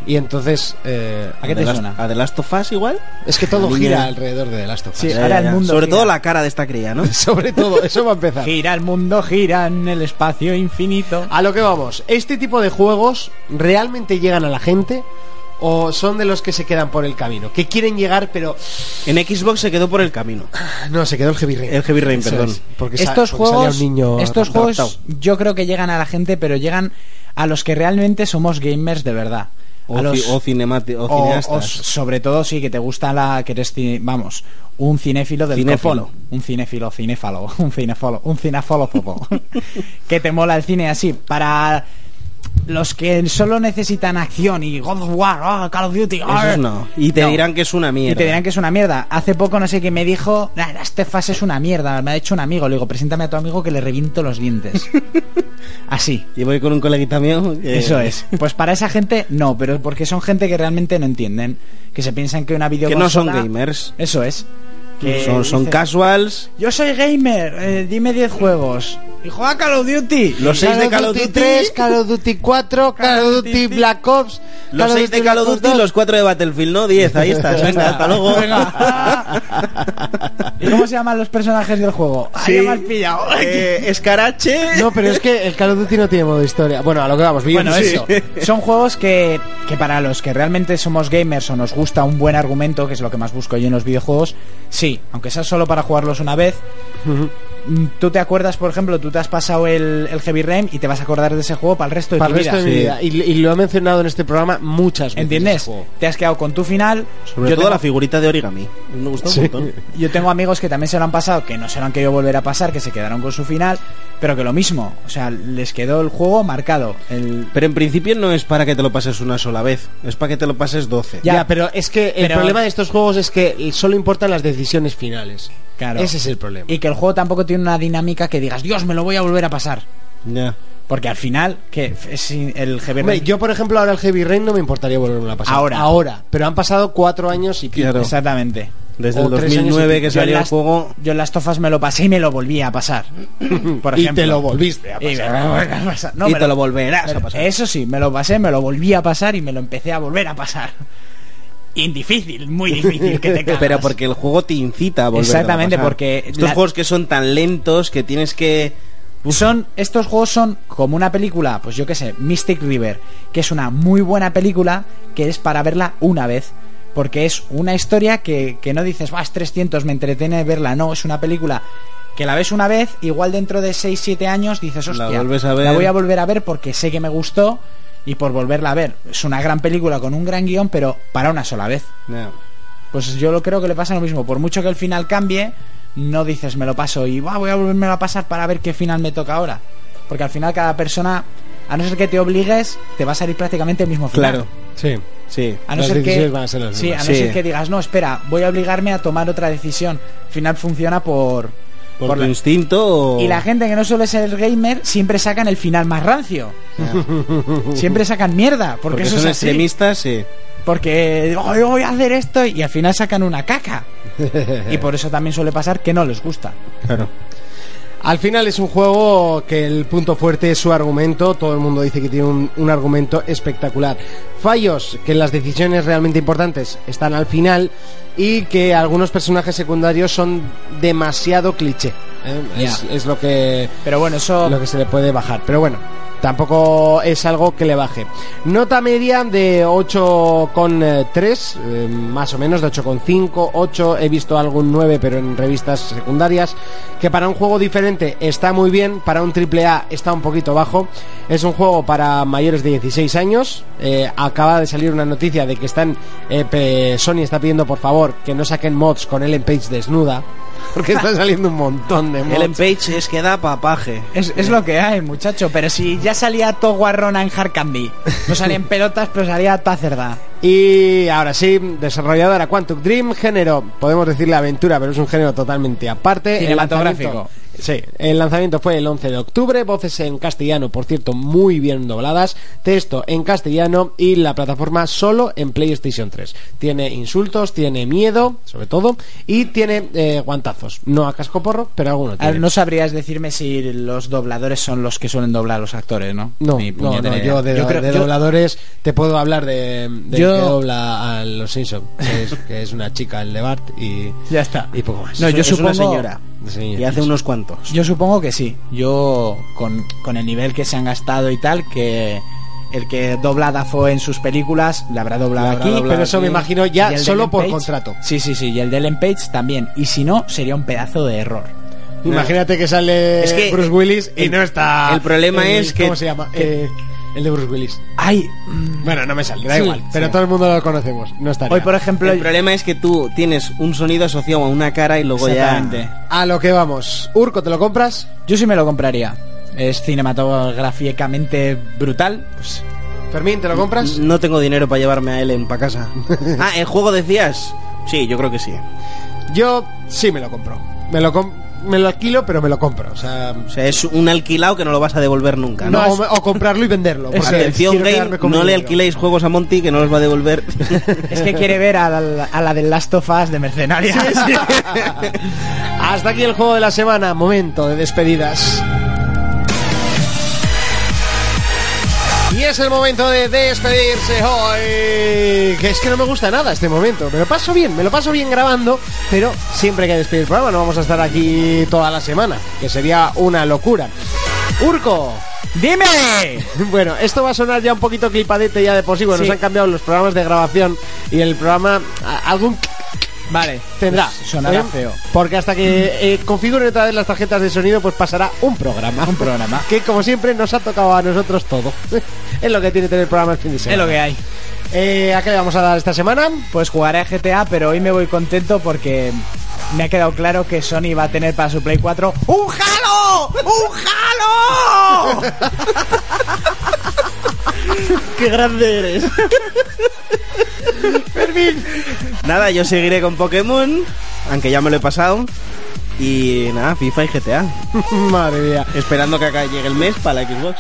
Y entonces eh,
¿A qué te
The Last-
suena?
¿A The Last of Us igual?
es que todo
La niña-
gira alrededor de The Last of Us.
Sí, ahora el mundo.
Sobre
gira.
todo la cara de esta cría, ¿no?
[LAUGHS] Sobre todo, eso va a empezar.
Gira el mundo, gira en el espacio infinito.
A lo que vamos, ¿este tipo de juegos realmente llegan a la gente o son de los que se quedan por el camino? Que quieren llegar, pero
En Xbox se quedó por el camino.
no, se quedó el Heavy Rain.
El Heavy Rain,
Eso
perdón.
es, Porque sa-
estos
porque
juegos,
salía un niño
estos juegos
raptado.
yo creo que llegan a la gente, pero llegan a los que realmente somos gamers de verdad.
O,
a los,
ci- o cinemati- o
o- o
cineastas.
sobre todo sí que te gusta la que eres ci- vamos un cinéfilo del
Cinéfilo.
copón. un cinéfilo cinéfalo [LAUGHS] un cinéfalo un cinéfalo
[LAUGHS]
que te mola el cine así para los que solo necesitan acción y God of War ah, Call of Duty ah.
Esos no. Y te
No.
dirán que es una mierda.
Y te dirán que es una mierda. Hace poco no sé quién me dijo, "Nah, este fase es una mierda, me ha hecho un amigo. Le digo, preséntame a tu amigo que le reviento los
[LAUGHS]
dientes. Así.
Y voy con un coleguita mío. que-
Eso es. Pues para esa gente no, pero porque son gente que realmente no entienden, que se piensan que una
Que no son
videoconsola...
gamers.
Eso es.
son son
dice,
casuals.
Yo soy gamer, eh, dime 10 juegos. Y juega Call of Duty.
Los seis de Call of Duty.
3, Call of Duty 4, Call of Duty Black Ops,
Los seis de Call of
Black
Duty y
Ops
los cuatro de Battlefield, ¿no? 10,
[LAUGHS]
ahí estás. Venga, hasta luego. [LAUGHS]
Venga. ¿Y cómo se llaman los personajes del juego?
Sí.
Ahí me has pillado.
Eh, escarache.
No, pero es que el Call of Duty no tiene modo historia. Bueno, a lo que vamos, bien.
Bueno, eso. Son juegos que, que para los que realmente somos gamers o nos gusta un buen argumento, que es lo que más busco yo en los videojuegos, sí, aunque sea solo para jugarlos una vez. mm, Tú te acuerdas, por ejemplo, tú te has pasado el, el Heavy Rain y te vas a acordar de ese juego para el resto
[LAUGHS]
de
Para el
tu
resto de
vida.
mi
Sí.
vida. Y, y lo he mencionado en este programa muchas veces.
¿Entiendes? Te has quedado con tu final.
Sobre
yo
todo
tengo-
la figurita de origami. Me gustó un montón.
Yo tengo amigos que también se lo han pasado, que no se lo han querido volver a pasar, que se quedaron con su final, pero que lo mismo, o sea, les quedó el juego marcado. El...
Pero en principio no es para que te lo pases una sola vez, es para que te lo pases 12.
Ya,
Ya,
pero es que el
pero-
problema de estos juegos es que solo importan las decisiones finales.
Claro.
Ese es el problema.
Y que el juego tampoco tiene una dinámica que digas, Dios, me lo voy a volver a pasar.
Ya.
Porque al final, que es in- el GB
Hombre, yo, por ejemplo, ahora el Heavy Rain no me importaría volverlo a pasar.
Ahora.
Ahora. Pero han pasado cuatro años y pico.
Exactamente.
Desde
O
el
tres años y
2009 que
pico.
Yo en
salió el
las-
juego.
Yo en las tofas me lo pasé y me lo volví a pasar. Por
Y
ejemplo.
te lo volviste a
Y me
pasar.
lo volví a pasar. No,
y
me
te lo volverás a
pero
pasar.
Eso sí, me lo pasé, me lo volví a pasar y me lo empecé a volver a pasar. [LAUGHS] Y difícil, muy difícil que te cagas.
[LAUGHS] Pero porque el juego te incita a volver
Exactamente, porque
Estos
la-
juegos que son tan lentos que tienes que.
son estos juegos son como una película, pues yo qué sé, Mystic River, que es una muy buena película que es para verla una vez. Porque es una historia que, que no dices, vas 300, me entretiene verla. No, es una película que la ves una vez, igual dentro de 6-7 años dices,
La
hostia,
vuelves a ver".
la voy a volver a ver porque sé que me gustó y por volverla a ver. Es una gran película con un gran guión, pero para una sola vez. Pues yo lo creo que le pasa lo mismo. Por mucho que el final cambie, no dices me lo paso y "Buah, voy a volverme a pasar para ver qué final me toca ahora. Porque al final cada persona, a no ser que te obligues, te va a salir prácticamente el mismo final.
Claro.
Sí. [LAUGHS]
Sí.
A no
Las
ser que,
decisiones van a ser las
sí, a no
mismas.
Sí.
ser que digas, no, espera, voy a obligarme a tomar otra decisión. Al final funciona por...
Por,
por
tu
la-
Oh.
instinto. o-
Y la gente que no suele ser gamer siempre sacan el final más rancio. Siempre sacan mierda. Porque,
Porque
eso
son
es así.
extremistas, sí.
porque "Oh, yo voy a hacer esto y al final sacan una caca. Y por eso también suele pasar que no les gusta.
Claro.
Al final es un juego que el punto fuerte es su argumento. Todo el mundo dice que tiene un, un argumento espectacular. Fallos, que las decisiones realmente importantes están al final y que algunos personajes secundarios son demasiado cliché. ¿eh? Es, es lo que
Pero bueno, eso
lo que se le puede bajar. Pero bueno, tampoco es algo que le baje. Nota media de 8,3, eh, más o menos, de 8,5, 8. He visto algún 9, pero en revistas secundarias. Que para un juego diferente está muy bien, para un triple A está un poquito bajo. Es un juego para mayores de 16 años. Eh, acaba de salir una noticia de que están. eh, pe- Sony está pidiendo, por favor, que no saquen mods con Ellen Page desnuda. [LAUGHS] Porque está saliendo un montón de mods.
El Page es que da papaje.
es, es lo que hay, muchacho. Pero si ya salía todo guarrona en Hard Candy, no salían pelotas, pero salía toda cerda.
Y ahora sí, desarrolladora Quantum Dream, género, podemos decirle aventura, pero es un género totalmente aparte. El
Cinematográfico.
lanzamiento- Sí, el lanzamiento fue el 11 de octubre, voces en castellano, por cierto, muy bien dobladas, texto en castellano y la plataforma solo en PlayStation 3. Tiene insultos, tiene miedo, sobre todo, y tiene eh, guantazos. No a cascoporro, pero alguno
A ver,
tiene.
No sabrías decirme si los dobladores son los que suelen doblar a los actores, ¿no?
No,
Ni
no,
puñetera
no,
idea.
yo de,
creo-
de
yo-
dobladores te puedo hablar de, de
Yo-
que dobla a los Simpsons, que es, que es una chica, el de Bart, y,
[LAUGHS] Ya está.
y poco más.
No, yo
es una
supongo-
señora.
Sí.
Y hace unos cuantos.
Yo supongo que sí. Yo, con, con el nivel que se han gastado y tal, que el que dobla a Dafoe en sus películas le habrá doblado
Le habrá
aquí.
doblado Pero eso me imagino ya
Y el de
solo
Ellen
por
Page-
contrato.
Sí, sí, sí. Y el de Ellen Page también. Y si no, sería un pedazo de error.
Imagínate que sale
Es que
Bruce Willis y
el-
no está.
el problema es que-
¿Cómo se llama? Eh, el de Bruce Willis.
Ay, Mm,
Bueno, no me sale, da
Sí,
igual. Pero
sí.
todo el mundo lo conocemos, no está.
hoy por ejemplo.
El problema es que tú tienes un sonido asociado a una cara y luego
Exactamente.
ya.
A lo que vamos. Urco, ¿te lo compras?
Yo sí me lo compraría. Es cinematográficamente brutal. Pues,
Fermín, ¿te lo compras?
No tengo dinero para llevarme a Ellen
[LAUGHS]
para casa. ah, ¿el juego decías? Sí, yo creo que sí.
[LAUGHS] Yo sí me lo compro. Me lo, com- me lo alquilo, pero me lo compro. O sea,
O sea, es un alquilado que no lo vas a devolver nunca, ¿no?
No, o, o comprarlo y venderlo. porque
Atención,
quiero
Game,
quedarme con mi
no le
dinero.
alquiléis juegos a Monty que no los va a devolver.
es que quiere ver a la, a la del Last of Us de mercenaria.
Hasta aquí el juego de la semana, momento de despedidas.
Y es el momento de despedirse hoy.
Que es que no me gusta nada este momento. Me lo paso bien, me lo paso bien grabando, pero siempre hay que despedir el programa. No vamos a estar aquí toda la semana, que sería una locura. Urco.
[LAUGHS] ¡Dime!
Bueno, esto va a sonar ya un poquito clipadete ya de por sí. Bueno,
Sí.
nos han cambiado los programas de grabación y el programa a- algún
Vale.
tendrá.
Pues sonará
¿eh?
feo.
Porque hasta que eh, configuren otra vez las tarjetas de sonido, pues pasará un programa.
Un programa.
Que como siempre nos ha tocado a nosotros todo. [LAUGHS] es lo que tiene tener programa el fin de semana.
Es lo que hay.
Eh, ¿A qué le vamos a dar esta semana? [LAUGHS]
Pues jugaré a GTA, pero hoy me voy contento porque me ha quedado claro que Sony va a tener para su Play ¡Oh! 4 un Halo, un Halo.
[LAUGHS] ¡Qué grande [LAUGHS] eres! Nada, yo seguiré con Pokémon, aunque ya me lo he pasado. Y nada, FIFA y GTA.
Madre mía.
Esperando que acá llegue el mes para la Xbox.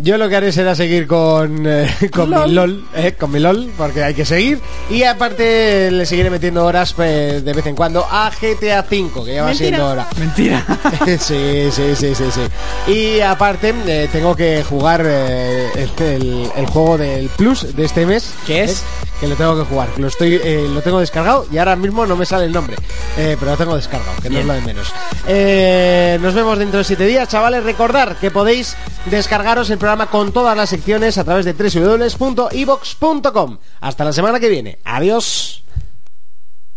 Yo lo que haré será seguir con, eh, con mi LOL, eh, con mi LOL, porque hay que seguir. Y aparte le seguiré metiendo horas pues, de vez en cuando a GTA V, que ya va siendo hora.
Mentira.
[LAUGHS] sí, sí, sí, sí, sí. Y aparte eh, tengo que jugar eh, el, el- el juego del Plus de este mes.
¿Qué es?
¿eh? Que lo tengo que jugar. que Lo estoy, eh, lo tengo descargado y ahora mismo no me sale el nombre. Eh, pero lo tengo descargado, que no es lo de menos. Eh, nos vemos dentro de siete días, chavales. Recordar que podéis descargaros el programa con todas las secciones a través de www.evox.com. Hasta la semana que viene. Adiós.